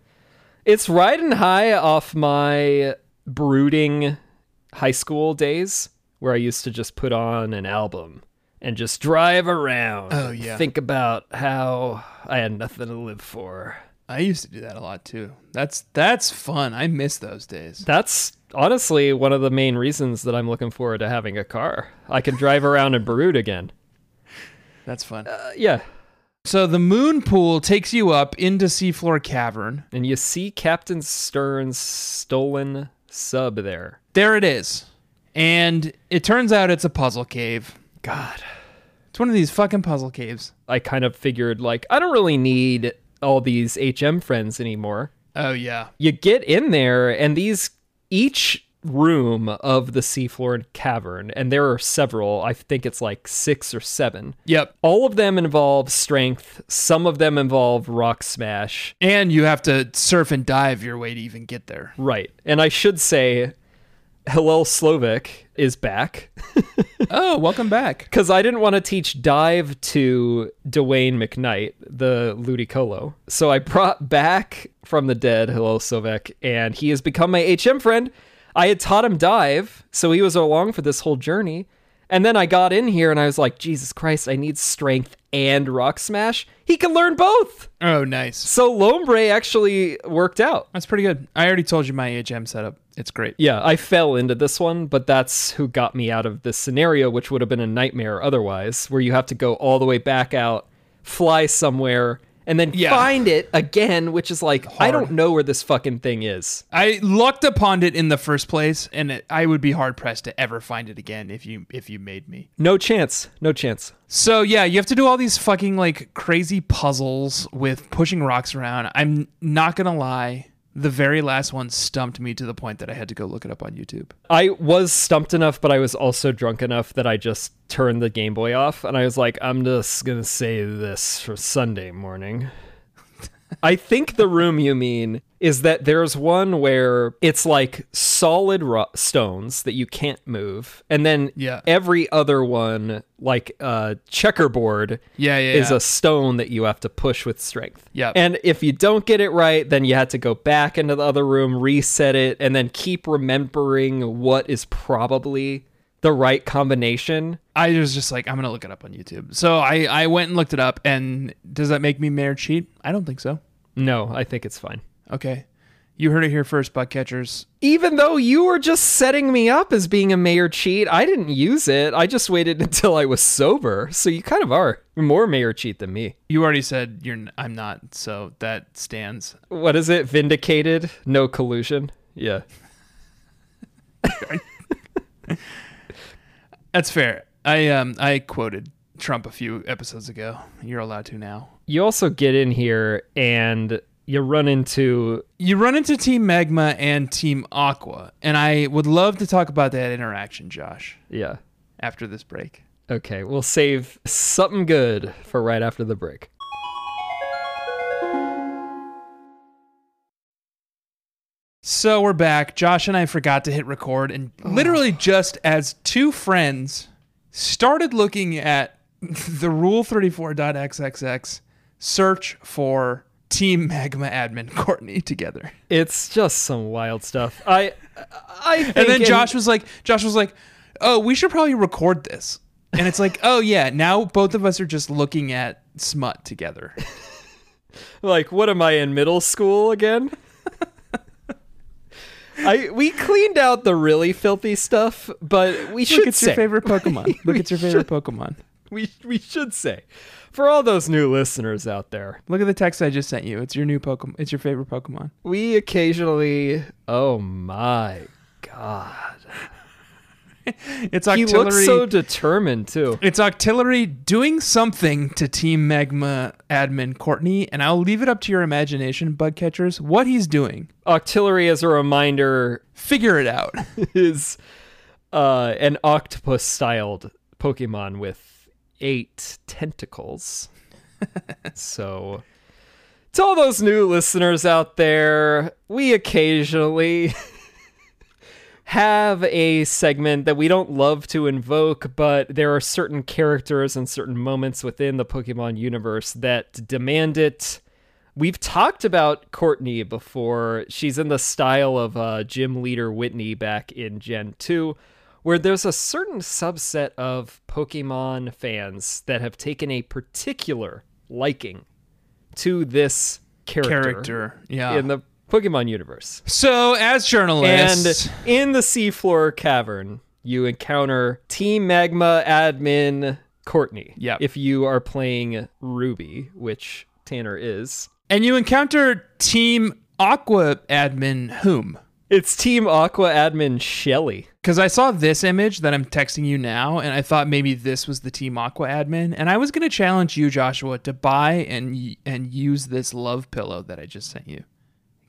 Speaker 2: It's riding high off my brooding high school days where I used to just put on an album and just drive around.
Speaker 1: Oh,
Speaker 2: and
Speaker 1: yeah.
Speaker 2: Think about how I had nothing to live for.
Speaker 1: I used to do that a lot too. That's that's fun. I miss those days.
Speaker 2: That's honestly one of the main reasons that I'm looking forward to having a car. I can drive around and brood again.
Speaker 1: That's fun.
Speaker 2: Uh, yeah.
Speaker 1: So the moon pool takes you up into Seafloor Cavern.
Speaker 2: and you see Captain Stern's stolen sub there.
Speaker 1: There it is. And it turns out it's a puzzle cave.
Speaker 2: God,
Speaker 1: It's one of these fucking puzzle caves.
Speaker 2: I kind of figured like I don't really need all these HM friends anymore.
Speaker 1: Oh yeah.
Speaker 2: You get in there and these each room of the seafloor cavern and there are several, I think it's like 6 or 7.
Speaker 1: Yep.
Speaker 2: All of them involve strength, some of them involve rock smash,
Speaker 1: And you have to surf and dive your way to even get there.
Speaker 2: Right. And I should say Hillel Slovak is back
Speaker 1: oh, welcome back.
Speaker 2: because I didn't want to teach dive to Dwayne McKnight, the Ludicolo. So I brought back from the dead Hillel Slovak, and he has become my HM friend. I had taught him dive, so he was along for this whole journey. And then I got in here and I was like, Jesus Christ, I need strength and rock smash. He can learn both.
Speaker 1: Oh, nice.
Speaker 2: So Lombre actually worked out.
Speaker 1: That's pretty good. I already told you my HM setup. It's great.
Speaker 2: Yeah, I fell into this one, but that's who got me out of this scenario, which would have been a nightmare otherwise, where you have to go all the way back out, fly somewhere, and then
Speaker 1: Yeah.
Speaker 2: find it again, which is like, I
Speaker 1: Hard.
Speaker 2: don't know where this fucking thing is.
Speaker 1: I lucked upon it in the first place, and it, I would be hard pressed to ever find it again if you if you made me.
Speaker 2: No chance. No chance.
Speaker 1: So yeah, you have to do all these fucking like crazy puzzles with pushing rocks around. I'm not gonna lie, the very last one stumped me to the point that I had to go look it up on YouTube.
Speaker 2: I was stumped enough, but I was also drunk enough that I just turned the Game Boy off and I was like, I'm just going to say this for Sunday morning. I think the room you mean is that there's one where it's like solid ro- stones that you can't move, and then
Speaker 1: Yeah.
Speaker 2: every other one, like a checkerboard,
Speaker 1: Yeah, yeah,
Speaker 2: is
Speaker 1: yeah.
Speaker 2: a stone that you have to push with strength.
Speaker 1: Yep.
Speaker 2: And if you don't get it right, then you had to go back into the other room, reset it, and then keep remembering what is probably the right combination.
Speaker 1: I was just like, I'm gonna look it up on YouTube. So I I went and looked it up. And does that make me mayor cheat? I don't think so.
Speaker 2: No, I think it's fine.
Speaker 1: Okay, you heard it here first, bug catchers.
Speaker 2: Even though you were just setting me up as being a mayor cheat, I didn't use it. I just waited until I was sober. So you kind of are more mayor cheat than me.
Speaker 1: You already said you're. n- I'm not. So that stands.
Speaker 2: What is it? Vindicated? No collusion? Yeah.
Speaker 1: That's fair. I um I quoted Trump a few episodes ago. You're allowed to now.
Speaker 2: You also get in here and you run into
Speaker 1: You run into Team Magma and Team Aqua, and I would love to talk about that interaction, Josh,
Speaker 2: yeah.
Speaker 1: after this break.
Speaker 2: Okay, we'll save something good for right after the break.
Speaker 1: So we're back. Josh and I forgot to hit record, and literally just as two friends started looking at the Rule 34.xxx search for Team Magma admin Courtney together.
Speaker 2: It's just some wild stuff. I I think
Speaker 1: and then
Speaker 2: in-
Speaker 1: Josh was like, Josh was like, oh, we should probably record this. And it's like, oh yeah, now both of us are just looking at smut together.
Speaker 2: like what am I in middle school again? I we cleaned out the really filthy stuff, but we should
Speaker 1: Look, it's
Speaker 2: say-
Speaker 1: your favorite Pokemon. Look, it's your favorite Pokemon.
Speaker 2: we we should say for all those new listeners out there,
Speaker 1: Look at the text I just sent you. It's your new Pokemon. It's your favorite Pokemon.
Speaker 2: we occasionally oh my god.
Speaker 1: It's
Speaker 2: He
Speaker 1: Octillery.
Speaker 2: looks so determined too.
Speaker 1: it's Octillery doing something to Team Magma admin Courtney, and I'll leave it up to your imagination, bug catchers, what he's doing.
Speaker 2: Octillery as a reminder
Speaker 1: Figure it out.
Speaker 2: is uh, an octopus styled Pokemon with eight tentacles. so, to all those new listeners out there, we occasionally have a segment that we don't love to invoke, but there are certain characters and certain moments within the Pokemon universe that demand it. We've talked about Courtney before. She's in the style of uh, gym leader Whitney back in Gen 2, where there's a certain subset of Pokemon fans that have taken a particular liking to this character,
Speaker 1: Character. Yeah.
Speaker 2: in the Pokemon universe.
Speaker 1: so as journalists,
Speaker 2: And in the seafloor cavern, you encounter Team Magma admin Courtney.
Speaker 1: Yep.
Speaker 2: If you are playing Ruby, which Tanner is,
Speaker 1: And you encounter Team Aqua admin whom?
Speaker 2: it's Team Aqua admin Shelly.
Speaker 1: Because I saw this image that I'm texting you now, and I thought maybe this was the Team Aqua admin. And I was going to challenge you, Joshua, to buy and y- and use this love pillow that I just sent you.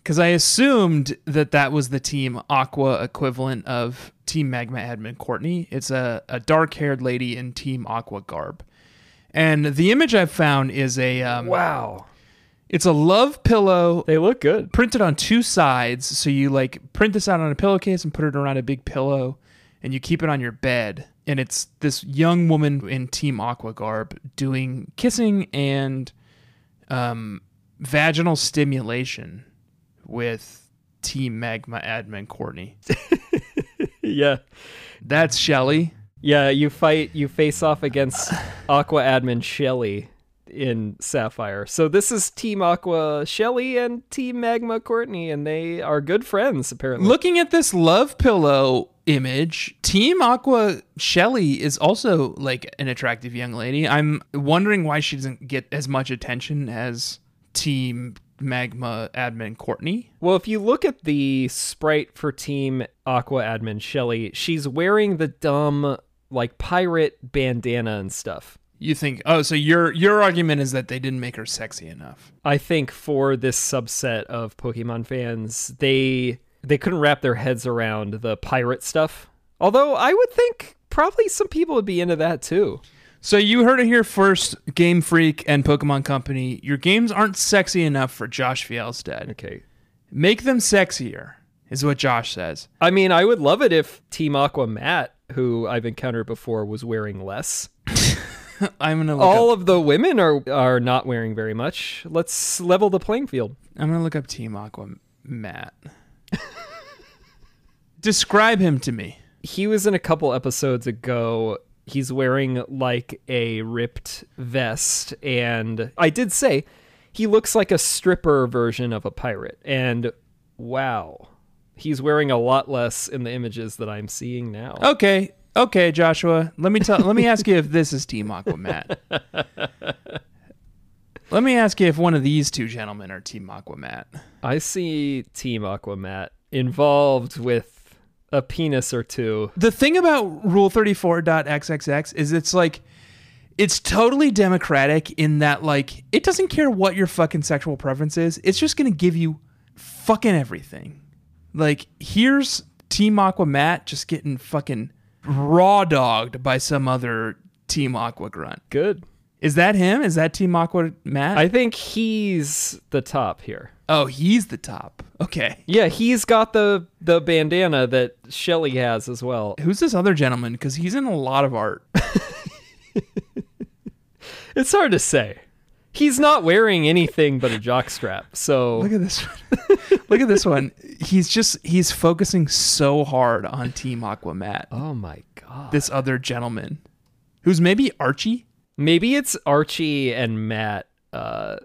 Speaker 1: Because I assumed that that was the Team Aqua equivalent of Team Magma admin Courtney. It's a, a dark haired lady in Team Aqua garb. And the image I've found is a um,
Speaker 2: Wow.
Speaker 1: it's a love pillow
Speaker 2: They look good.
Speaker 1: printed on two sides. So you like print this out on a pillowcase and put it around a big pillow and you keep it on your bed. And it's this young woman in Team Aqua garb doing kissing and um, vaginal stimulation with Team Magma admin Courtney.
Speaker 2: Yeah.
Speaker 1: That's Shelly.
Speaker 2: Yeah, you fight, you face off against Aqua admin Shelly in Sapphire. So this is Team Aqua Shelly and Team Magma Courtney, and they are good friends, apparently.
Speaker 1: Looking at this love pillow image, Team Aqua Shelly is also like an attractive young lady. I'm wondering why she doesn't get as much attention as Team Magma admin Courtney.
Speaker 2: Well, if you look at the sprite for Team Aqua admin Shelly, she's wearing the dumb like pirate bandana and stuff.
Speaker 1: You think, oh, so your your argument is that they didn't make her sexy enough.
Speaker 2: I think for this subset of Pokemon fans, they they couldn't wrap their heads around the pirate stuff. Although I would think probably some people would be into that too.
Speaker 1: So you heard it here first, Game Freak and Pokemon Company. Your games aren't sexy enough for Josh Fielstead.
Speaker 2: Okay.
Speaker 1: Make them sexier, is what Josh says.
Speaker 2: I mean, I would love it if Team Aqua Matt, who I've encountered before, was wearing less.
Speaker 1: I'm gonna look
Speaker 2: All
Speaker 1: up,
Speaker 2: of the women are are not wearing very much. Let's level the playing field.
Speaker 1: I'm gonna look up Team Aqua Matt. Describe him to me.
Speaker 2: he was in a couple episodes ago. He's wearing like a ripped vest, and I did say he looks like a stripper version of a pirate. And wow, he's wearing a lot less in the images that I'm seeing now.
Speaker 1: Okay, okay, Joshua. Let me tell. let me ask you if this is Team Aquamat. let me ask you if one of these two gentlemen are Team Aquamat.
Speaker 2: I see Team Aquamat involved with a penis or two.
Speaker 1: The thing about Rule 34.xxx is it's like it's totally democratic in that like it doesn't care what your fucking sexual preference is. It's just going to give you fucking everything. Like here's Team Aquamat just getting fucking raw dogged by some other Team Aqua grunt.
Speaker 2: Good.
Speaker 1: Is that him? Is that Team Aqua Matt?
Speaker 2: I think he's the top here.
Speaker 1: oh, he's the top. Okay.
Speaker 2: Yeah, he's got the the bandana that Shelly has as well.
Speaker 1: Who's this other gentleman? Because he's in a lot of art.
Speaker 2: It's hard to say. He's not wearing anything but a jockstrap, so
Speaker 1: Look at this one. Look at this one. He's just he's focusing so hard on Team Aquamat.
Speaker 2: oh my god.
Speaker 1: This other gentleman, who's maybe Archie.
Speaker 2: Maybe it's Archie and Matt uh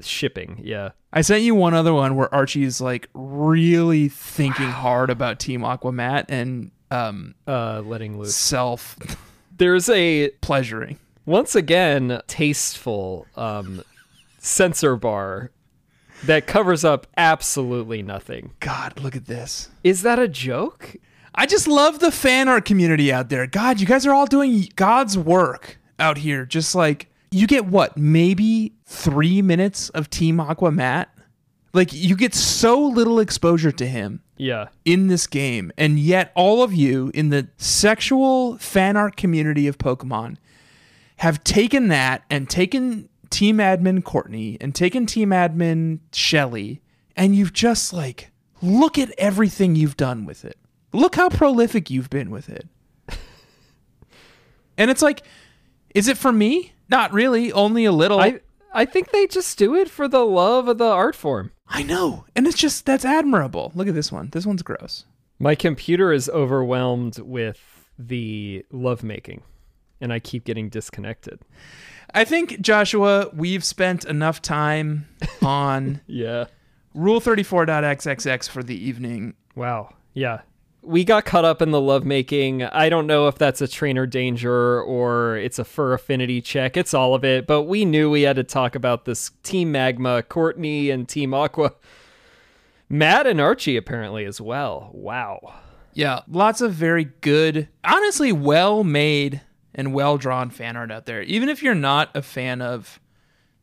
Speaker 2: shipping. Yeah.
Speaker 1: I sent you one other one where Archie's like really thinking hard about Team Aquamat and um,
Speaker 2: Uh letting loose.
Speaker 1: self
Speaker 2: There's a
Speaker 1: pleasuring.
Speaker 2: once again tasteful um sensor bar that covers up absolutely nothing.
Speaker 1: God, look at this.
Speaker 2: Is that a joke?
Speaker 1: I just love the fan art community out there. God, you guys are all doing God's work out here. Just like you get what, maybe three minutes of Team Aquamat? Like you get so little exposure to him
Speaker 2: Yeah.
Speaker 1: in this game, and yet all of you in the sexual fan art community of Pokemon have taken that and taken team admin Courtney and taken team admin Shelly, and you've just like look at everything you've done with it. Look how prolific you've been with it. and it's like, is it for me? Not really, only a little.
Speaker 2: I I think they just do it for the love of the art form.
Speaker 1: I know. And it's just, that's admirable. Look at this one. This one's gross.
Speaker 2: My computer is overwhelmed with the lovemaking, and I keep getting disconnected.
Speaker 1: I think Joshua, we've spent enough time on
Speaker 2: Yeah.
Speaker 1: Rule 34.xxx for the evening.
Speaker 2: Wow. Yeah. We got caught up in the lovemaking. I don't know if that's a trainer danger or it's a fur affinity check. It's all of it, but we knew we had to talk about this Team Magma, Courtney, and Team Aqua. Matt and Archie apparently as well. Wow.
Speaker 1: Yeah, lots of very good, honestly well made and well drawn fan art out there. Even if you're not a fan of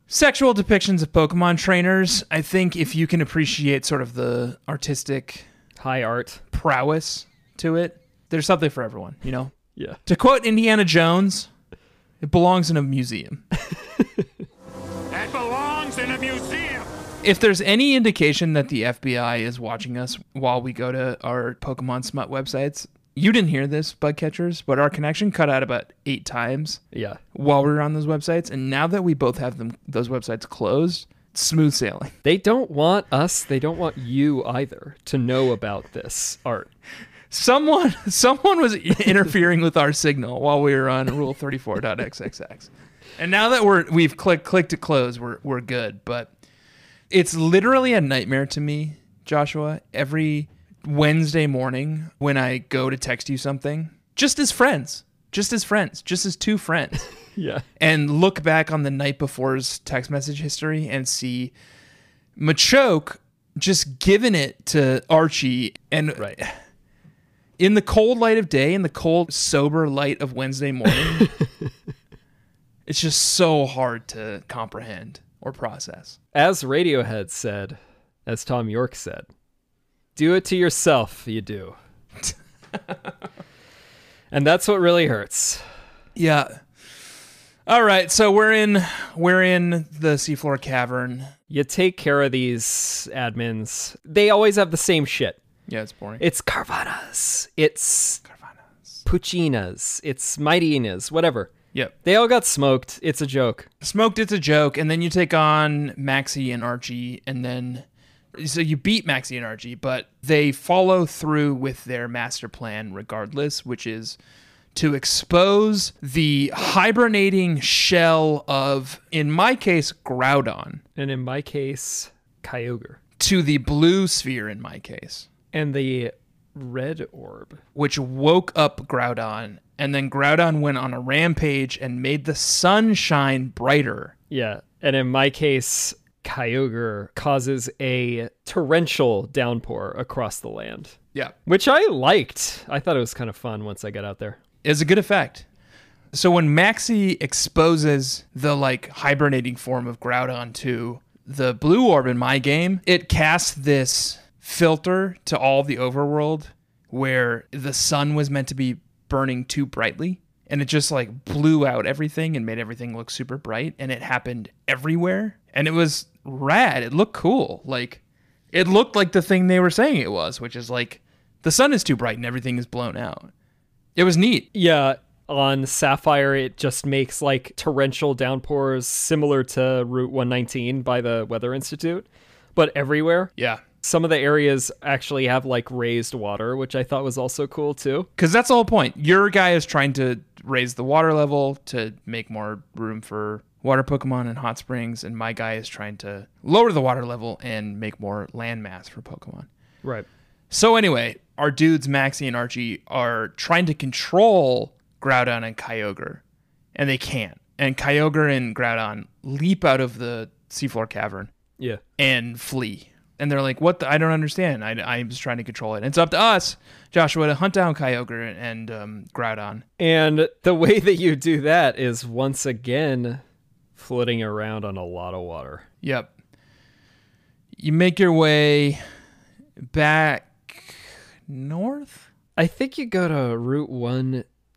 Speaker 1: sexual depictions of Pokemon trainers, I think if you can appreciate sort of the artistic
Speaker 2: High art.
Speaker 1: prowess to it, there's something for everyone, you know?
Speaker 2: Yeah.
Speaker 1: To quote Indiana Jones, it belongs in a museum.
Speaker 4: That belongs in a museum.
Speaker 1: If there's any indication that the FBI is watching us while we go to our Pokemon smut websites, you didn't hear this, bug catchers, but our connection cut out about eight times
Speaker 2: Yeah.
Speaker 1: while we were on those websites, and now that we both have them, those websites closed, smooth sailing.
Speaker 2: They don't want us, they don't want you either to know about this art.
Speaker 1: Someone, someone was interfering with our signal while we were on Rule 34.xxx, and now that we're we've clicked clicked to close, we're we're good. But it's literally a nightmare to me, Joshua. Every Wednesday morning when I go to text you something, just as friends, just as friends, just as two friends.
Speaker 2: Yeah.
Speaker 1: and look back on the night before's text message history and see Machoke just giving it to Archie and
Speaker 2: Right.
Speaker 1: in the cold light of day, in the cold, sober light of Wednesday morning, it's just so hard to comprehend or process.
Speaker 2: As Radiohead said, as Tom York said, do it to yourself, you do. and that's what really hurts.
Speaker 1: Yeah. All right, so we're in we're in the seafloor cavern.
Speaker 2: You take care of these admins, they always have the same shit.
Speaker 1: Yeah, it's boring.
Speaker 2: It's Carvanas, it's Puccinas, it's Mightinas, whatever.
Speaker 1: yep.
Speaker 2: They all got smoked. It's a joke.
Speaker 1: Smoked it's a joke, and then you take on Maxie and Archie, and then so you beat Maxi and Archie, but they follow through with their master plan regardless, which is to expose the hibernating shell of, in my case, Groudon,
Speaker 2: And in my case, Kyogre.
Speaker 1: to the blue sphere, in my case,
Speaker 2: And the red orb.
Speaker 1: which woke up Groudon. And then Groudon went on a rampage and made the sun shine brighter.
Speaker 2: Yeah. And in my case, Kyogre causes a torrential downpour across the land,
Speaker 1: Yeah.
Speaker 2: which I liked. I thought it was kind of fun once I got out there.
Speaker 1: is a good effect. So when Maxi exposes the like hibernating form of Groudon to the blue orb in my game, it casts this filter to all the overworld where the sun was meant to be burning too brightly and it just like blew out everything and made everything look super bright and it happened everywhere and it was rad. It looked cool. Like it looked like the thing they were saying it was, which is like the sun is too bright and everything is blown out. It was neat.
Speaker 2: Yeah. On Sapphire, it just makes like torrential downpours similar to Route 119 by the Weather Institute, but everywhere.
Speaker 1: Yeah.
Speaker 2: Some of the areas actually have like raised water, which I thought was also cool too.
Speaker 1: Because that's the whole point. Your guy is trying to raise the water level to make more room for water Pokemon and hot springs, and my guy is trying to lower the water level and make more land mass for Pokemon.
Speaker 2: Right.
Speaker 1: So, anyway, our dudes, Maxie and Archie, are trying to control Groudon and Kyogre, and they can't. And Kyogre and Groudon leap out of the seafloor cavern
Speaker 2: Yeah.
Speaker 1: and flee. And they're like, "What? The, I don't understand. I, I'm just trying to control it. And it's up to us, Joshua, to hunt down Kyogre and um, Groudon."
Speaker 2: And the way that you do that is once again floating around on a lot of water.
Speaker 1: Yep. You make your way back north.
Speaker 2: I think you go to Route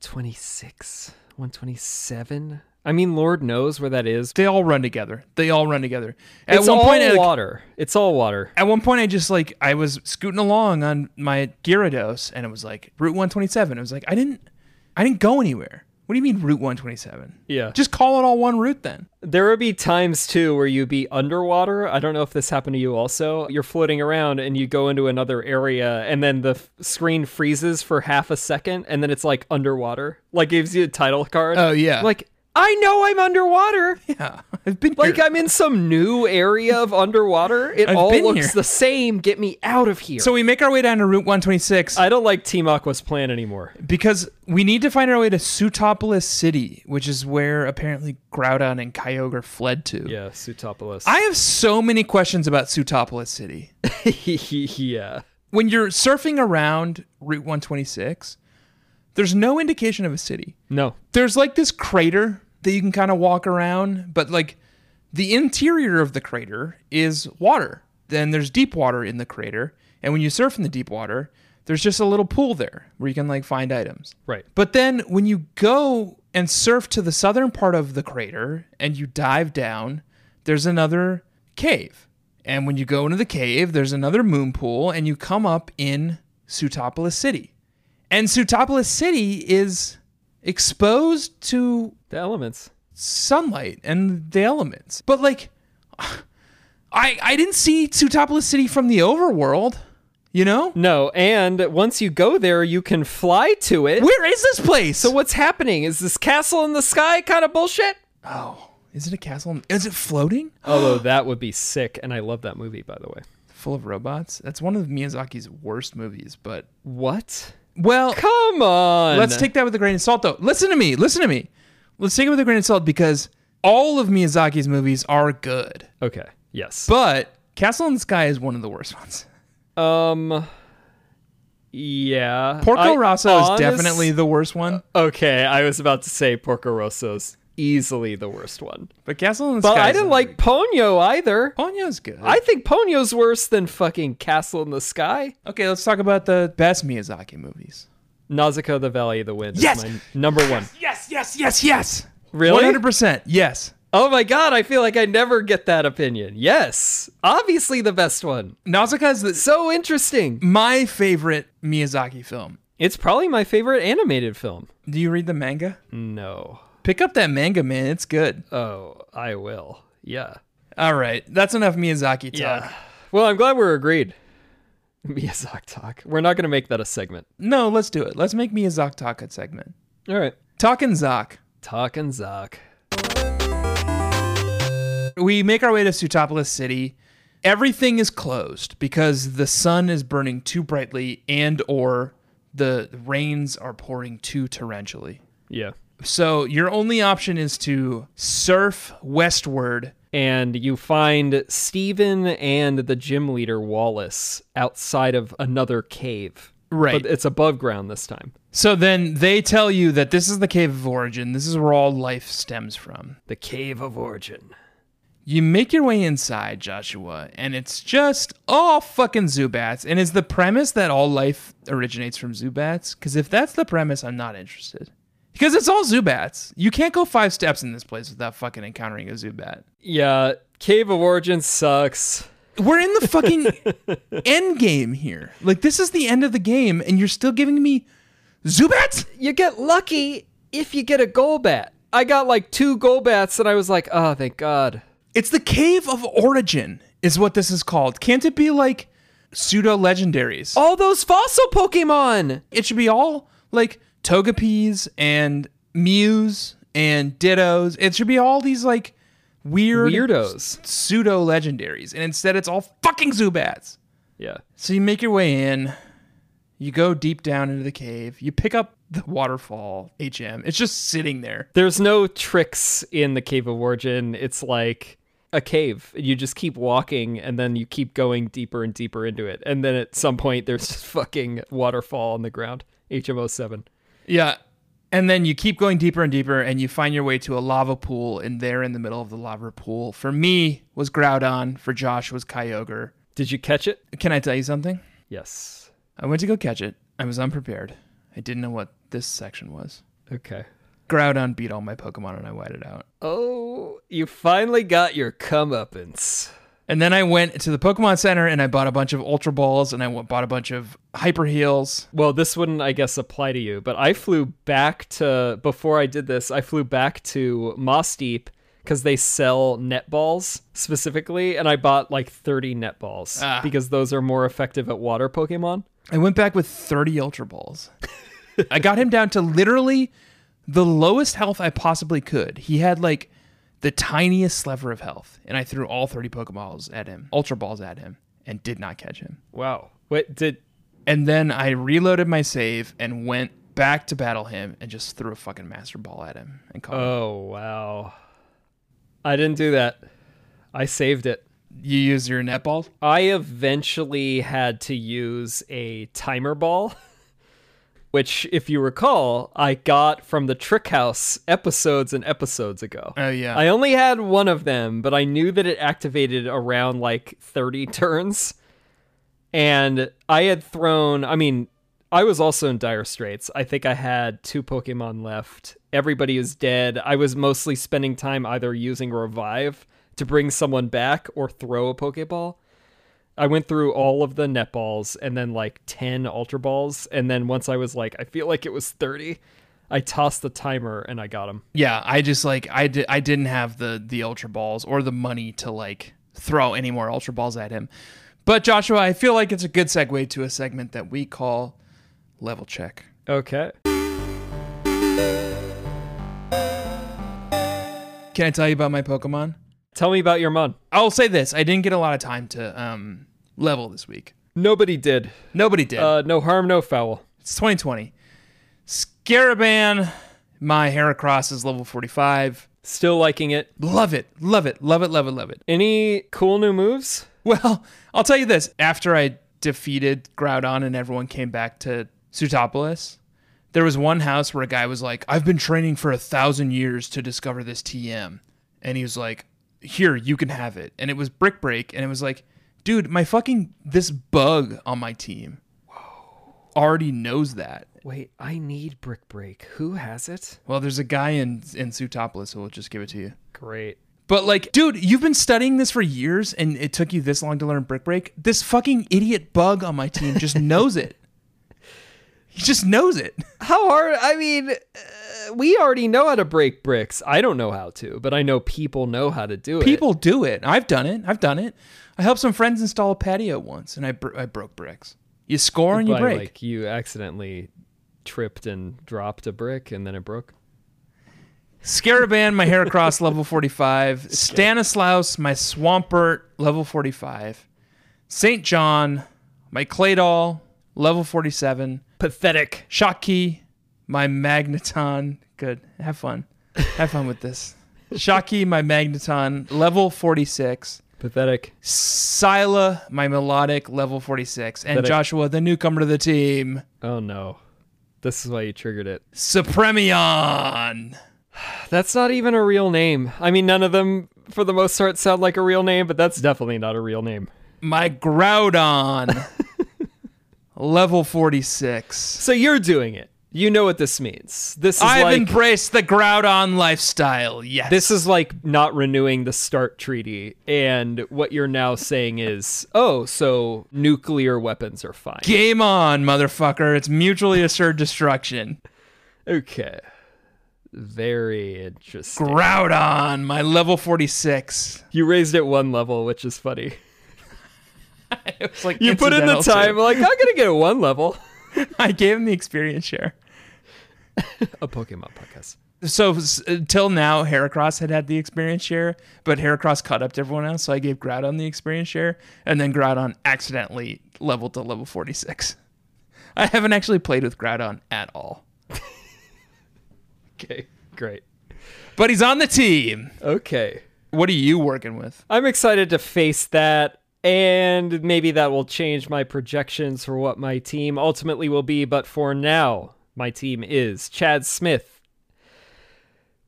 Speaker 2: 126, 127. I mean, Lord knows where that is.
Speaker 1: They all run together. They all run together. At
Speaker 2: It's
Speaker 1: one
Speaker 2: all
Speaker 1: point, I, like,
Speaker 2: water. It's all water.
Speaker 1: at one point, I just like I was scooting along on my Gyarados, and it was like Route 127. It was like I didn't, I didn't go anywhere. What do you mean Route 127?
Speaker 2: Yeah.
Speaker 1: Just call it all one route then.
Speaker 2: There would be times too where you'd be underwater. I don't know if this happened to you also. You're floating around and you go into another area and then the f- screen freezes for half a second and then it's like underwater. Like gives you a title card.
Speaker 1: Oh, yeah.
Speaker 2: Like I know I'm underwater.
Speaker 1: Yeah, I've been
Speaker 2: Like
Speaker 1: here.
Speaker 2: I'm in some new area of underwater. It
Speaker 1: I've
Speaker 2: all
Speaker 1: been
Speaker 2: looks
Speaker 1: here.
Speaker 2: the same. Get me out of here.
Speaker 1: So we make our way down to Route 126
Speaker 2: I don't like Team Aqua's plan anymore.
Speaker 1: because we need to find our way to Sutopolis City, which is where apparently Groudon and Kyogre fled to.
Speaker 2: Yeah, Sutopolis.
Speaker 1: I have so many questions about Sutopolis City.
Speaker 2: yeah.
Speaker 1: when you're surfing around Route 126, there's no indication of a city.
Speaker 2: No.
Speaker 1: There's like this crater that you can kind of walk around, but like the interior of the crater is water. Then there's deep water in the crater. And when you surf in the deep water, there's just a little pool there where you can like find items.
Speaker 2: Right.
Speaker 1: But then when you go and surf to the southern part of the crater and you dive down, there's another cave. And when you go into the cave, there's another moon pool and you come up in Sutopolis City. And Sutopolis City is exposed to
Speaker 2: The elements.
Speaker 1: sunlight and the elements. But like I I didn't see Sutopolis City from the overworld, you know?
Speaker 2: No, and once you go there, you can fly to it.
Speaker 1: Where is this place?
Speaker 2: So what's happening? Is this castle in the sky kind of bullshit?
Speaker 1: Is it a castle? Is it floating?
Speaker 2: Although that would be sick, and I love that movie, by the way.
Speaker 1: Full of robots. That's one of Miyazaki's worst movies, but
Speaker 2: What?
Speaker 1: well,
Speaker 2: Come on.
Speaker 1: let's take that with a grain of salt though. Listen to me. Listen to me. Let's take it with a grain of salt because all of Miyazaki's movies are good,
Speaker 2: Okay. Yes.
Speaker 1: but Castle in the Sky is one of the worst ones.
Speaker 2: um. Yeah.
Speaker 1: Porco
Speaker 2: I-
Speaker 1: Rosso
Speaker 2: honest-
Speaker 1: is definitely the worst one,
Speaker 2: Okay, I was about to say Porco Rosso's easily the worst one,
Speaker 1: but Castle in the
Speaker 2: but
Speaker 1: Sky.
Speaker 2: I
Speaker 1: is
Speaker 2: didn't
Speaker 1: not
Speaker 2: like Ponyo either.
Speaker 1: great. Ponyo's good.
Speaker 2: I think Ponyo's worse than fucking Castle in the Sky.
Speaker 1: okay, let's talk about the best Miyazaki movies.
Speaker 2: Nausicaa, The Valley of the Wind.
Speaker 1: Yes!
Speaker 2: Is my number one.
Speaker 1: Yes, yes, yes, yes. One
Speaker 2: Really?
Speaker 1: hundred percent. Yes.
Speaker 2: Oh my god, I feel like I never get that opinion. Yes, obviously the best one.
Speaker 1: Nausicaa is the,
Speaker 2: So interesting.
Speaker 1: my favorite Miyazaki film.
Speaker 2: It's probably my favorite animated film.
Speaker 1: Do you read the manga?
Speaker 2: No.
Speaker 1: Pick up that manga, man. It's good.
Speaker 2: Oh, I will. Yeah.
Speaker 1: All right, that's enough Miyazaki talk.
Speaker 2: Well, I'm glad we're agreed. Miyazaki talk. We're not going to make that a segment.
Speaker 1: No, let's do it. Let's make me a Zoc Taka segment.
Speaker 2: All right.
Speaker 1: Talking Zoc.
Speaker 2: Talking Zoc.
Speaker 1: We make our way to Sutopolis City. Everything is closed because the sun is burning too brightly and or the rains are pouring too torrentially.
Speaker 2: Yeah.
Speaker 1: So your only option is to surf westward.
Speaker 2: And you find Steven and the gym leader Wallace outside of another cave.
Speaker 1: Right.
Speaker 2: But it's above ground this time.
Speaker 1: So then they tell you that this is the cave of origin. This is where all life stems from.
Speaker 2: The cave of origin.
Speaker 1: You make your way inside, Joshua, and it's just all fucking Zubats. And is the premise that all life originates from Zubats? Because if that's the premise, I'm not interested. Because it's all Zubats. You can't go five steps in this place without fucking encountering a Zubat.
Speaker 2: Yeah. Cave of origin sucks.
Speaker 1: We're in the fucking end game here. Like, this is the end of the game, and you're still giving me Zubats?
Speaker 2: You get lucky if you get a goal bat. I got like two goal bats and I was like, oh, thank God.
Speaker 1: It's the Cave of Origin, is what this is called. Can't it be like pseudo legendaries?
Speaker 2: All those fossil Pokemon.
Speaker 1: It should be all like Togepi's and Mews and Dittos. It should be all these like weird
Speaker 2: Weirdos.
Speaker 1: pseudo legendaries. And instead, it's all fucking Zubats.
Speaker 2: Yeah.
Speaker 1: So you make your way in. You go deep down into the cave. You pick up the waterfall HM. It's just sitting there.
Speaker 2: There's no tricks in the Cave of Origin. It's like a cave. You just keep walking and then you keep going deeper and deeper into it. And then at some point, there's just fucking waterfall on the ground. HMO7.
Speaker 1: Yeah. And then you keep going deeper and deeper, and you find your way to a lava pool. And there, in the middle of the lava pool, for me was Groudon. For Josh was Kyogre.
Speaker 2: Did you catch it?
Speaker 1: Can I tell you something?
Speaker 2: Yes.
Speaker 1: I went to go catch it. I was unprepared. I didn't know what this section was.
Speaker 2: Okay.
Speaker 1: Groudon beat all my Pokemon, and I wiped it out.
Speaker 2: Oh, you finally got your comeuppance.
Speaker 1: And then I went to the Pokemon Center, and I bought a bunch of Ultra Balls, and I w- bought a bunch of Hyper Heals.
Speaker 2: Well, this wouldn't, I guess, apply to you, but I flew back to, before I did this, I flew back to Moss Deep because they sell netballs specifically, and I bought like 30 netballs because those are more effective at water Pokemon.
Speaker 1: I went back with 30 Ultra Balls. I got him down to literally the lowest health I possibly could. He had like the tiniest sliver of health, and I threw all 30 Pokeballs at him, Ultra Balls at him, and did not catch him.
Speaker 2: Wow. What did,
Speaker 1: And then I reloaded my save and went back to battle him and just threw a fucking Master Ball at him and caught him.
Speaker 2: oh, wow. I didn't do that. I saved it.
Speaker 1: You use your net ball?
Speaker 2: I eventually had to use a timer ball, which, if you recall, I got from the Trick House episodes and episodes ago.
Speaker 1: Oh, yeah.
Speaker 2: I only had one of them, but I knew that it activated around like 30 turns. And I had thrown, I mean, I was also in dire straits. I think I had two Pokemon left. Everybody is dead. I was mostly spending time either using Revive to bring someone back or throw a Pokeball. I went through all of the netballs and then like 10 Ultra Balls. And then once I was like, I feel like it was 30, I tossed the timer and I got him.
Speaker 1: Yeah, I just like I di- I didn't have the the ultra balls or the money to like throw any more ultra balls at him. But Joshua, I feel like it's a good segue to a segment that we call level check.
Speaker 2: Okay.
Speaker 1: Can I tell you about my Pokemon?
Speaker 2: Tell me about your mon.
Speaker 1: I'll say this: I didn't get a lot of time to um level this week.
Speaker 2: Nobody did.
Speaker 1: Nobody did.
Speaker 2: Uh, no harm, no foul.
Speaker 1: It's 2020. Scaraban, my Heracross is level 45.
Speaker 2: Still liking it.
Speaker 1: Love it, love it, love it, love it, love it.
Speaker 2: Any cool new moves?
Speaker 1: Well, I'll tell you this. After I defeated Groudon and everyone came back to Sutopolis, there was one house where a guy was like, I've been training for a thousand years to discover this TM. And he was like, Here, you can have it. And it was Brick Break. And it was like, Dude, my fucking, this bug on my team already knows that.
Speaker 2: Wait, I need Brick Break. Who has it?
Speaker 1: Well, there's a guy in, in Sutopolis who will just give it to you.
Speaker 2: Great.
Speaker 1: But like, dude, you've been studying this for years and it took you this long to learn Brick Break. This fucking idiot bug on my team just knows it. He just knows it.
Speaker 2: How hard? I mean, uh, we already know how to break bricks. I don't know how to, but I know people know how to do it.
Speaker 1: People do it. I've done it. I've done it. I helped some friends install a patio once, and I br- I broke bricks. You score and you
Speaker 2: By,
Speaker 1: break.
Speaker 2: like you accidentally tripped and dropped a brick and then it broke.
Speaker 1: Scaraban, my Heracross, level 45. Stanislaus, my Swampert, level 45. St. John, my Claydol, level 47.
Speaker 2: Pathetic.
Speaker 1: Shocky, my Magneton. Good. Have fun. Have fun with this. Shocky, my Magneton, level 46.
Speaker 2: Pathetic.
Speaker 1: Scylla, my Melodic, level 46. And
Speaker 2: That I-
Speaker 1: Joshua, the newcomer to the team,
Speaker 2: Oh no. This is why you triggered it.
Speaker 1: Supremion.
Speaker 2: That's not even a real name. I mean, none of them, for the most part, sound like a real name, but that's definitely not a real name.
Speaker 1: my Groudon, level 46.
Speaker 2: So you're doing it. You know what this means. This is
Speaker 1: I've
Speaker 2: like
Speaker 1: embraced the Groudon lifestyle. Yes.
Speaker 2: this is like not renewing the START treaty, and what you're now saying is, oh, so nuclear weapons are fine.
Speaker 1: game on, motherfucker. It's mutually assured destruction.
Speaker 2: okay, very interesting.
Speaker 1: Groudon, my level 46.
Speaker 2: you raised it one level, which is funny.
Speaker 1: It's like
Speaker 2: You put in the
Speaker 1: incidental to-
Speaker 2: time, like I'm gonna get one level.
Speaker 1: I gave him the experience share.
Speaker 2: A Pokemon podcast.
Speaker 1: So s- until now, Heracross had had the experience share, but Heracross caught up to everyone else. So I gave Groudon the experience share, and then Groudon accidentally leveled to level 46. I haven't actually played with Groudon at all,
Speaker 2: Okay, great.
Speaker 1: but he's on the team.
Speaker 2: Okay.
Speaker 1: What are you working with?
Speaker 2: I'm excited to face that, and maybe that will change my projections for what my team ultimately will be. But for now, my team is Chad Smith.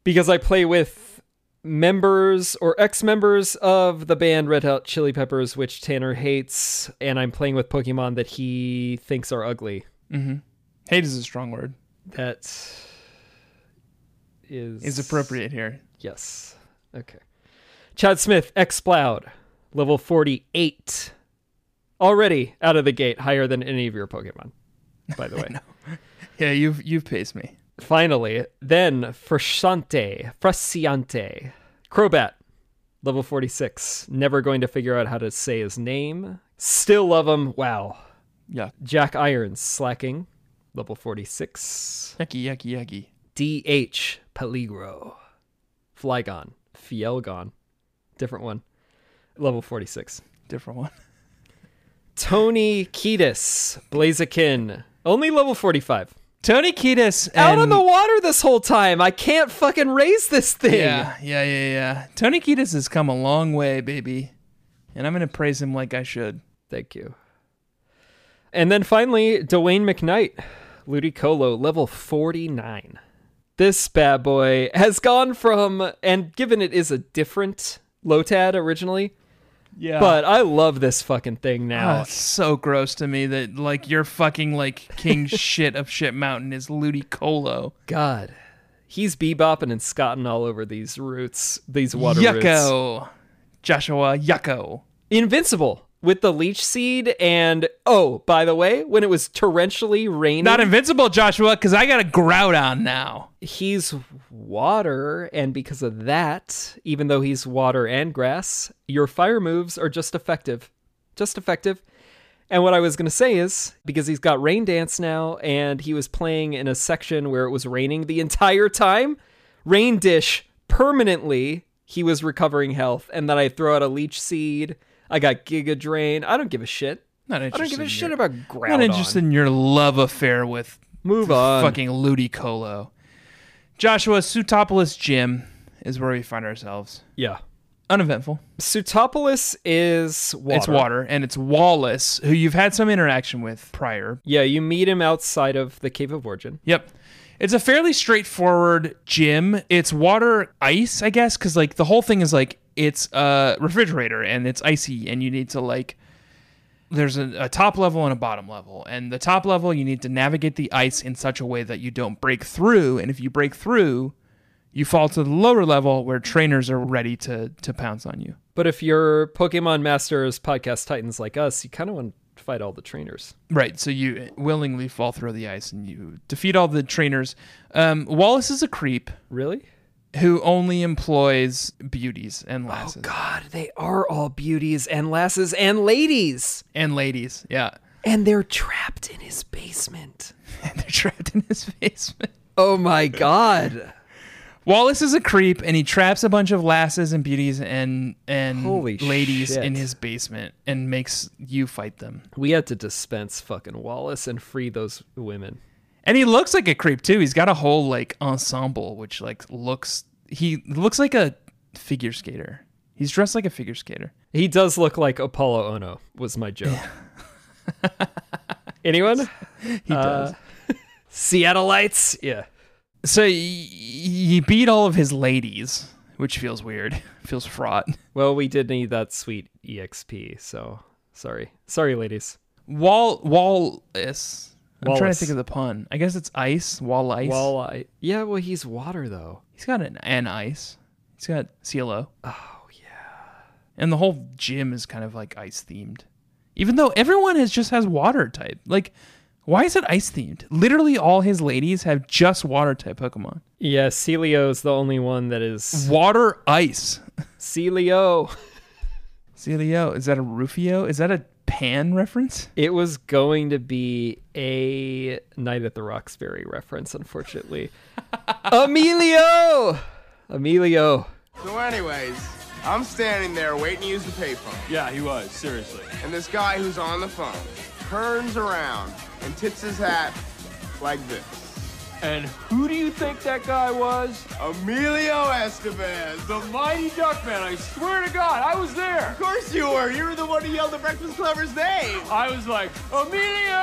Speaker 2: Because I play with members or ex members of the band Red Hot Chili Peppers, which Tanner hates, and I'm playing with Pokemon that he thinks are ugly.
Speaker 1: Hate is a strong word.
Speaker 2: That is.
Speaker 1: Is appropriate here.
Speaker 2: Yes. Okay. Chad Smith, X Ploud, level 48. Already out of the gate, higher than any of your Pokemon, by the way.
Speaker 1: Yeah, you've you've paced me.
Speaker 2: Finally, then Frusciante, Frusciante, Crobat, level 46. Never going to figure out how to say his name. Still love him. Wow.
Speaker 1: Yuck,
Speaker 2: Jack Irons, slacking, level 46.
Speaker 1: yucky, yucky, yucky.
Speaker 2: DH Peligro. Flygon. Fielgon. Different one. Level 46.
Speaker 1: Different one.
Speaker 2: Tony Kiedis. Blaziken. Only level 45.
Speaker 1: Tony Kiedis and,
Speaker 2: Out on the water this whole time. I can't fucking raise this thing.
Speaker 1: yeah, yeah, yeah, yeah. Tony Kiedis has come a long way, baby, and I'm gonna praise him like I should.
Speaker 2: Thank you. And then finally, Dwayne McKnight, Ludicolo, level 49. This bad boy has gone from, and given it is a different Lotad originally,
Speaker 1: Yeah,
Speaker 2: but I love this fucking thing now.
Speaker 1: Oh, it's so gross to me that like your fucking like king shit of shit mountain is Ludicolo.
Speaker 2: God, he's bebopping and scotting all over these roots, these water roots.
Speaker 1: Yucko. Joshua Yucko.
Speaker 2: Invincible with the leech seed, and oh, by the way, when it was torrentially raining,
Speaker 1: Not invincible, Joshua, because I got a Groudon now.
Speaker 2: he's water, and because of that, even though he's water and grass, your fire moves are just effective, just effective. And what I was going to say is because he's got rain dance now and he was playing in a section where it was raining the entire time, rain dish permanently, he was recovering health. And then I throw out a leech seed. I got giga drain. I don't give a shit.
Speaker 1: Not interested.
Speaker 2: I don't give a
Speaker 1: in
Speaker 2: shit
Speaker 1: your,
Speaker 2: about ground.
Speaker 1: Not interested in your love affair with
Speaker 2: Move on.
Speaker 1: fucking Ludicolo. Joshua Sutopolis Gym is where we find ourselves.
Speaker 2: Yeah.
Speaker 1: Uneventful.
Speaker 2: Sutopolis is water.
Speaker 1: It's water, and it's Wallace, who you've had some interaction with prior,
Speaker 2: Yeah, you meet him outside of the Cave of Origin.
Speaker 1: Yep. It's a fairly straightforward gym. It's water ice, I guess, because like the whole thing is like it's a refrigerator and it's icy, and you need to like there's a, a top level and a bottom level, and the top level you need to navigate the ice in such a way that you don't break through, and if you break through, you fall to the lower level where trainers are ready to to pounce on you.
Speaker 2: But if your Pokemon Masters podcast titans like us, you kind of want to fight all the trainers.
Speaker 1: Right, so you eh, willingly fall through the ice and you defeat all the trainers. Um, Wallace is a creep
Speaker 2: Really?
Speaker 1: who only employs beauties and lasses
Speaker 2: God, they are all beauties and lasses and ladies,
Speaker 1: and ladies. Yeah,
Speaker 2: and they're trapped in his basement.
Speaker 1: and they're trapped in his basement.
Speaker 2: Oh my god.
Speaker 1: Wallace is a creep, and he traps a bunch of lasses and beauties and and
Speaker 2: Holy
Speaker 1: ladies
Speaker 2: shit.
Speaker 1: in his basement and makes you fight them.
Speaker 2: We had to dispense fucking Wallace and free those women.
Speaker 1: And he looks like a creep too. He's got a whole like ensemble, which like looks he looks like a figure skater. He's dressed like a figure skater.
Speaker 2: He does look like Apollo Ono, was my joke. Anyone?
Speaker 1: He does.
Speaker 2: Seattleites? Yeah.
Speaker 1: So y- you beat all of his ladies, which feels weird. Feels fraught.
Speaker 2: Well, we did need that sweet EXP, so sorry. Sorry, ladies.
Speaker 1: Wall Wallace. I'm trying to
Speaker 2: Wallace.
Speaker 1: think of the pun. I guess it's ice. Wall ice.
Speaker 2: Walleye. Yeah, well, he's water, though.
Speaker 1: He's got an, an ice. He's got CLO. Oh yeah. And the whole gym is kind of like ice themed, even though everyone has just has water type. Like, why is it ice themed? Literally, all his ladies have just water type Pokemon.
Speaker 2: Yeah, Celio's the only one that is.
Speaker 1: Water ice.
Speaker 2: Celio!
Speaker 1: CLO. Is that a Rufio? Is that a Pan reference?
Speaker 2: It was going to be a Night at the Roxbury reference, unfortunately. Emilio! Emilio.
Speaker 5: So, anyways, I'm standing there waiting to use the payphone,
Speaker 6: Yeah, he was, seriously.
Speaker 5: and this guy who's on the phone turns around and tips his hat like this.
Speaker 6: And who do you think that guy was?
Speaker 5: Emilio Estevez!
Speaker 6: The Mighty Duckman, I swear to God, I was there!
Speaker 5: Of course you were! You were the one who yelled the Breakfast Clubber's name!
Speaker 6: I was like, Emilio!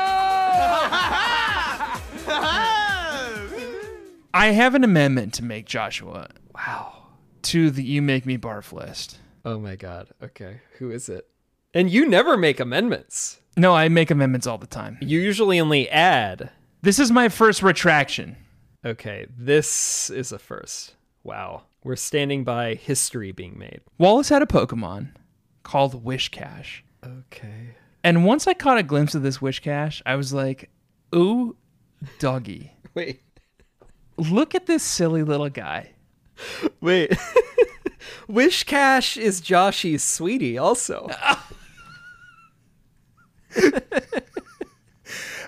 Speaker 1: I have an amendment to make, Joshua,
Speaker 2: Wow.
Speaker 1: to the "You Make Me Barf" list.
Speaker 2: Oh my god. Okay. Who is it? And you never make amendments.
Speaker 1: No, I make amendments all the time.
Speaker 2: You usually only add.
Speaker 1: This is my first retraction.
Speaker 2: Okay, this is a first. Wow. We're standing by history being made.
Speaker 1: Wallace had a Pokemon called Wish Cash.
Speaker 2: Okay.
Speaker 1: And once I caught a glimpse of this Wish Cash, I was like, ooh, doggy.
Speaker 2: Wait.
Speaker 1: Look at this silly little guy.
Speaker 2: Wait. Wish Cash is Joshy's sweetie also.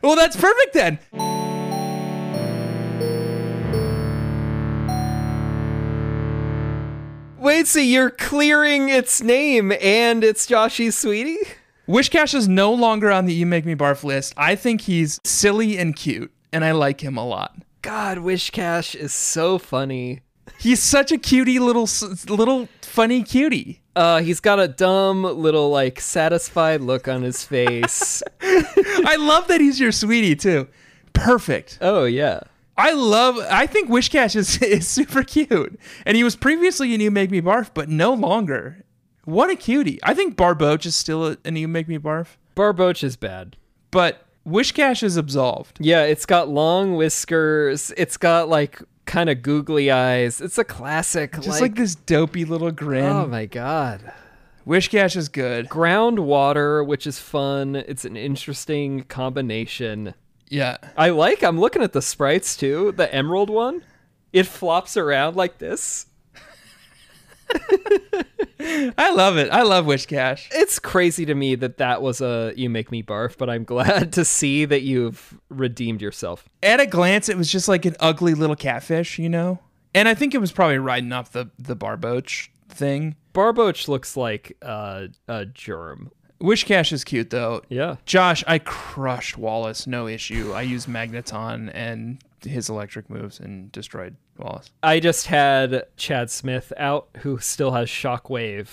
Speaker 1: Well, that's perfect then.
Speaker 2: Wait, so you're clearing its name and it's Joshy's sweetie?
Speaker 1: Wish Cash is no longer on the You Make Me Barf list. I think he's silly and cute, and I like him a lot.
Speaker 2: God, Wish Cash is so funny.
Speaker 1: He's such a cutie little, s- little funny cutie.
Speaker 2: Uh, he's got a dumb little like satisfied look on his face.
Speaker 1: I love that he's your sweetie too. Perfect.
Speaker 2: oh yeah.
Speaker 1: I love. I think Wishcash is is super cute, and he was previously in You Make Me Barf, but no longer. What a cutie! I think Barboach is still a- in You Make Me Barf,
Speaker 2: Barboach is bad.
Speaker 1: but Wishcash is absolved.
Speaker 2: Yeah, it's got long whiskers. It's got like kind of googly eyes. It's a classic.
Speaker 1: Just like, this dopey little grin.
Speaker 2: Oh my god.
Speaker 1: Wishcash is good.
Speaker 2: Groundwater, which is fun. It's an interesting combination.
Speaker 1: Yeah,
Speaker 2: I like. I'm looking at the sprites too. The emerald one. It flops around like this.
Speaker 1: I love it. I love Wishcash.
Speaker 2: It's crazy to me that that was a you make me barf, but I'm glad to see that you've redeemed yourself.
Speaker 1: At a glance, it was just like an ugly little catfish, you know. And I think it was probably riding off the the Barboach thing.
Speaker 2: Barboach looks like uh, a germ.
Speaker 1: Wishcash is cute though.
Speaker 2: Yeah.
Speaker 1: Josh, I crushed Wallace, no issue. I used Magneton and his electric moves and destroyed Wallace.
Speaker 2: I just had Chad Smith out, who still has Shockwave.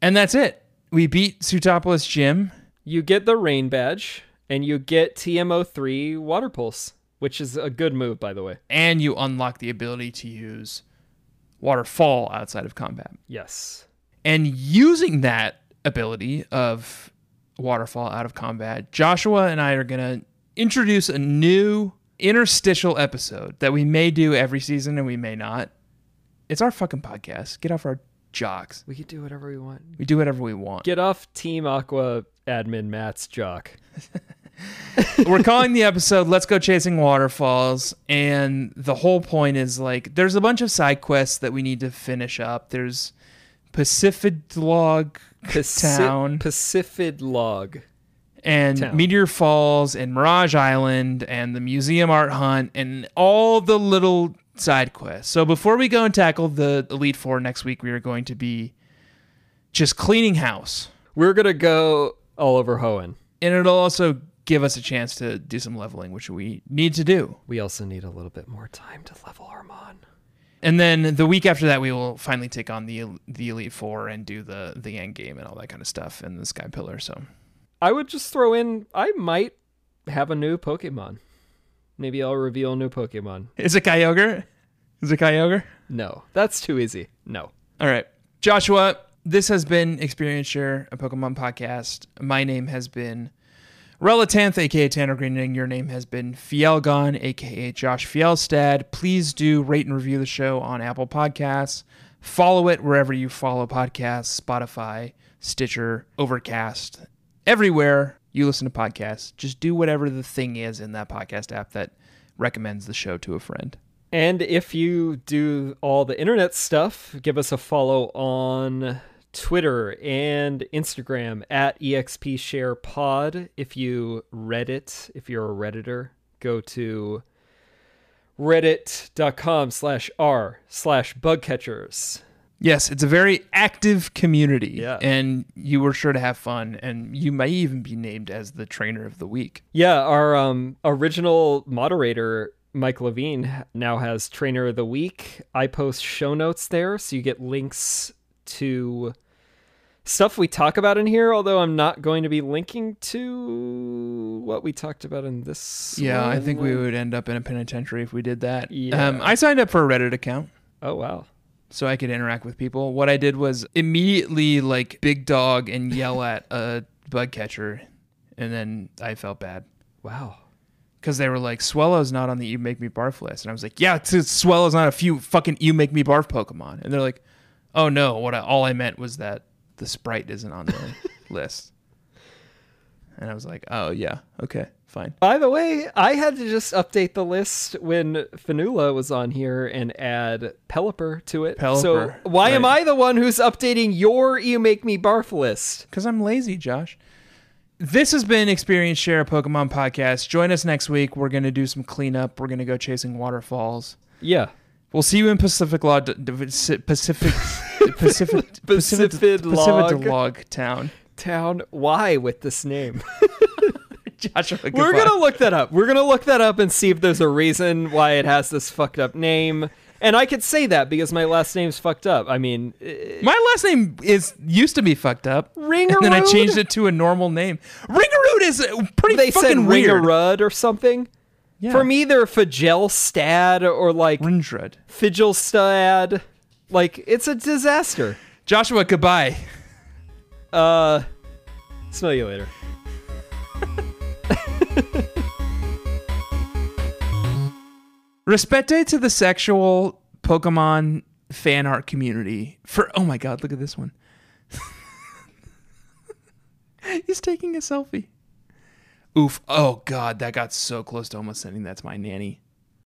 Speaker 1: And that's it. We beat Sutopolis Jim.
Speaker 2: You get the Rain Badge, and you get TMO3 Water Pulse, which is a good move, by the way.
Speaker 1: and you unlock the ability to use Waterfall outside of combat.
Speaker 2: Yes.
Speaker 1: And using that ability of Waterfall out of combat, Joshua and I are going to introduce a new interstitial episode that we may do every season and we may not. It's our fucking podcast. Get off our jocks.
Speaker 2: We could do whatever we want.
Speaker 1: We do whatever we want.
Speaker 2: Get off Team Aqua admin Matt's jock.
Speaker 1: We're calling the episode Let's Go Chasing Waterfalls. And the whole point is like, there's a bunch of side quests that we need to finish up. There's Pacific Log
Speaker 2: Paci-
Speaker 1: Town.
Speaker 2: Pacific Log.
Speaker 1: and
Speaker 2: town.
Speaker 1: Meteor Falls and Mirage Island and the Museum Art Hunt and all the little side quests. So before we go and tackle the Elite Four next week, we are going to be just cleaning house.
Speaker 2: We're gonna go all over Hoenn.
Speaker 1: And it'll also give us a chance to do some leveling, which we need to do.
Speaker 2: We also need a little bit more time to level Armon.
Speaker 1: And then the week after that, we will finally take on the the Elite Four and do the the end game and all that kind of stuff and the Sky Pillar. So
Speaker 2: I would just throw in I might have a new Pokemon. Maybe I'll reveal a new Pokemon.
Speaker 1: is it Kyogre? Is it Kyogre?
Speaker 2: No. That's too easy. No.
Speaker 1: All right. Joshua, this has been Experience Share, a Pokemon podcast. My name has been Relatanth, aka Tanner Greening. Your name has been Fielgon, aka Josh Fielstad. Please do rate and review the show on Apple Podcasts. Follow it wherever you follow podcasts, Spotify, Stitcher, Overcast, everywhere you listen to podcasts. Just do whatever the thing is in that podcast app that recommends the show to a friend.
Speaker 2: And if you do all the internet stuff, give us a follow on Twitter and Instagram at E expsharepod. If you Reddit, if you're a Redditor, go to reddit.com slash r slash bugcatchers.
Speaker 1: Yes, it's a very active community.
Speaker 2: Yeah.
Speaker 1: And you were sure to have fun. And you may even be named as the trainer of the week.
Speaker 2: Yeah, our um, original moderator, Mike Levine, now has Trainer of the Week. I post show notes there, so you get links to stuff we talk about in here, although I'm not going to be linking to what we talked about in this.
Speaker 1: Yeah, I think we
Speaker 2: one.
Speaker 1: would end up in a penitentiary if we did that.
Speaker 2: Yeah.
Speaker 1: Um, I signed up for a Reddit account
Speaker 2: Oh, wow.
Speaker 1: so I could interact with people. What I did was immediately like big dog and yell at a bug catcher. And then I felt bad
Speaker 2: Wow.
Speaker 1: because they were like, Swellow's not on the You Make Me Barf list. And I was like, yeah, it's, it's- Swellow's not a few fucking You Make Me Barf Pokemon. And they're like, oh no, what I, all I meant was that the sprite isn't on the list. And I was like, oh yeah, okay, fine.
Speaker 2: By the way, I had to just update the list when Fanula was on here and add Pelipper to it. so
Speaker 1: Pelipper,
Speaker 2: why am
Speaker 1: right.
Speaker 2: I the one who's updating your You Make Me Barf list?
Speaker 1: Because I'm lazy, Josh. This has been Experience Share a Pokemon podcast. Join us next week. We're going to do some cleanup, we're going to go chasing waterfalls.
Speaker 2: Yeah.
Speaker 1: We'll see you in Pacific Law, D- D- Pacific, Pacific, Pacific, Pacific,
Speaker 2: Pacific Log.
Speaker 1: Log Town.
Speaker 2: town why with this name
Speaker 1: Joshua,
Speaker 2: we're
Speaker 1: goodbye.
Speaker 2: gonna look that up we're gonna look that up and see if there's a reason why it has this fucked up name and i could say that because my last name's fucked up i mean eh,
Speaker 1: My last name is used to be fucked up. And then I
Speaker 2: Ringarood?
Speaker 1: changed it to a normal name. Ringarood is uh, pretty
Speaker 2: they said
Speaker 1: fucking weird.
Speaker 2: Ringarud or something
Speaker 1: Yeah.
Speaker 2: for me they're Figelstad or like
Speaker 1: Rindrad.
Speaker 2: Figelstad like it's a disaster
Speaker 1: Joshua, goodbye.
Speaker 2: uh smell you later
Speaker 1: Respete to the sexual Pokemon fan art community for oh my god, look at this one. He's taking a selfie. Oof. Oh god, that got so close to almost sending that's my nanny.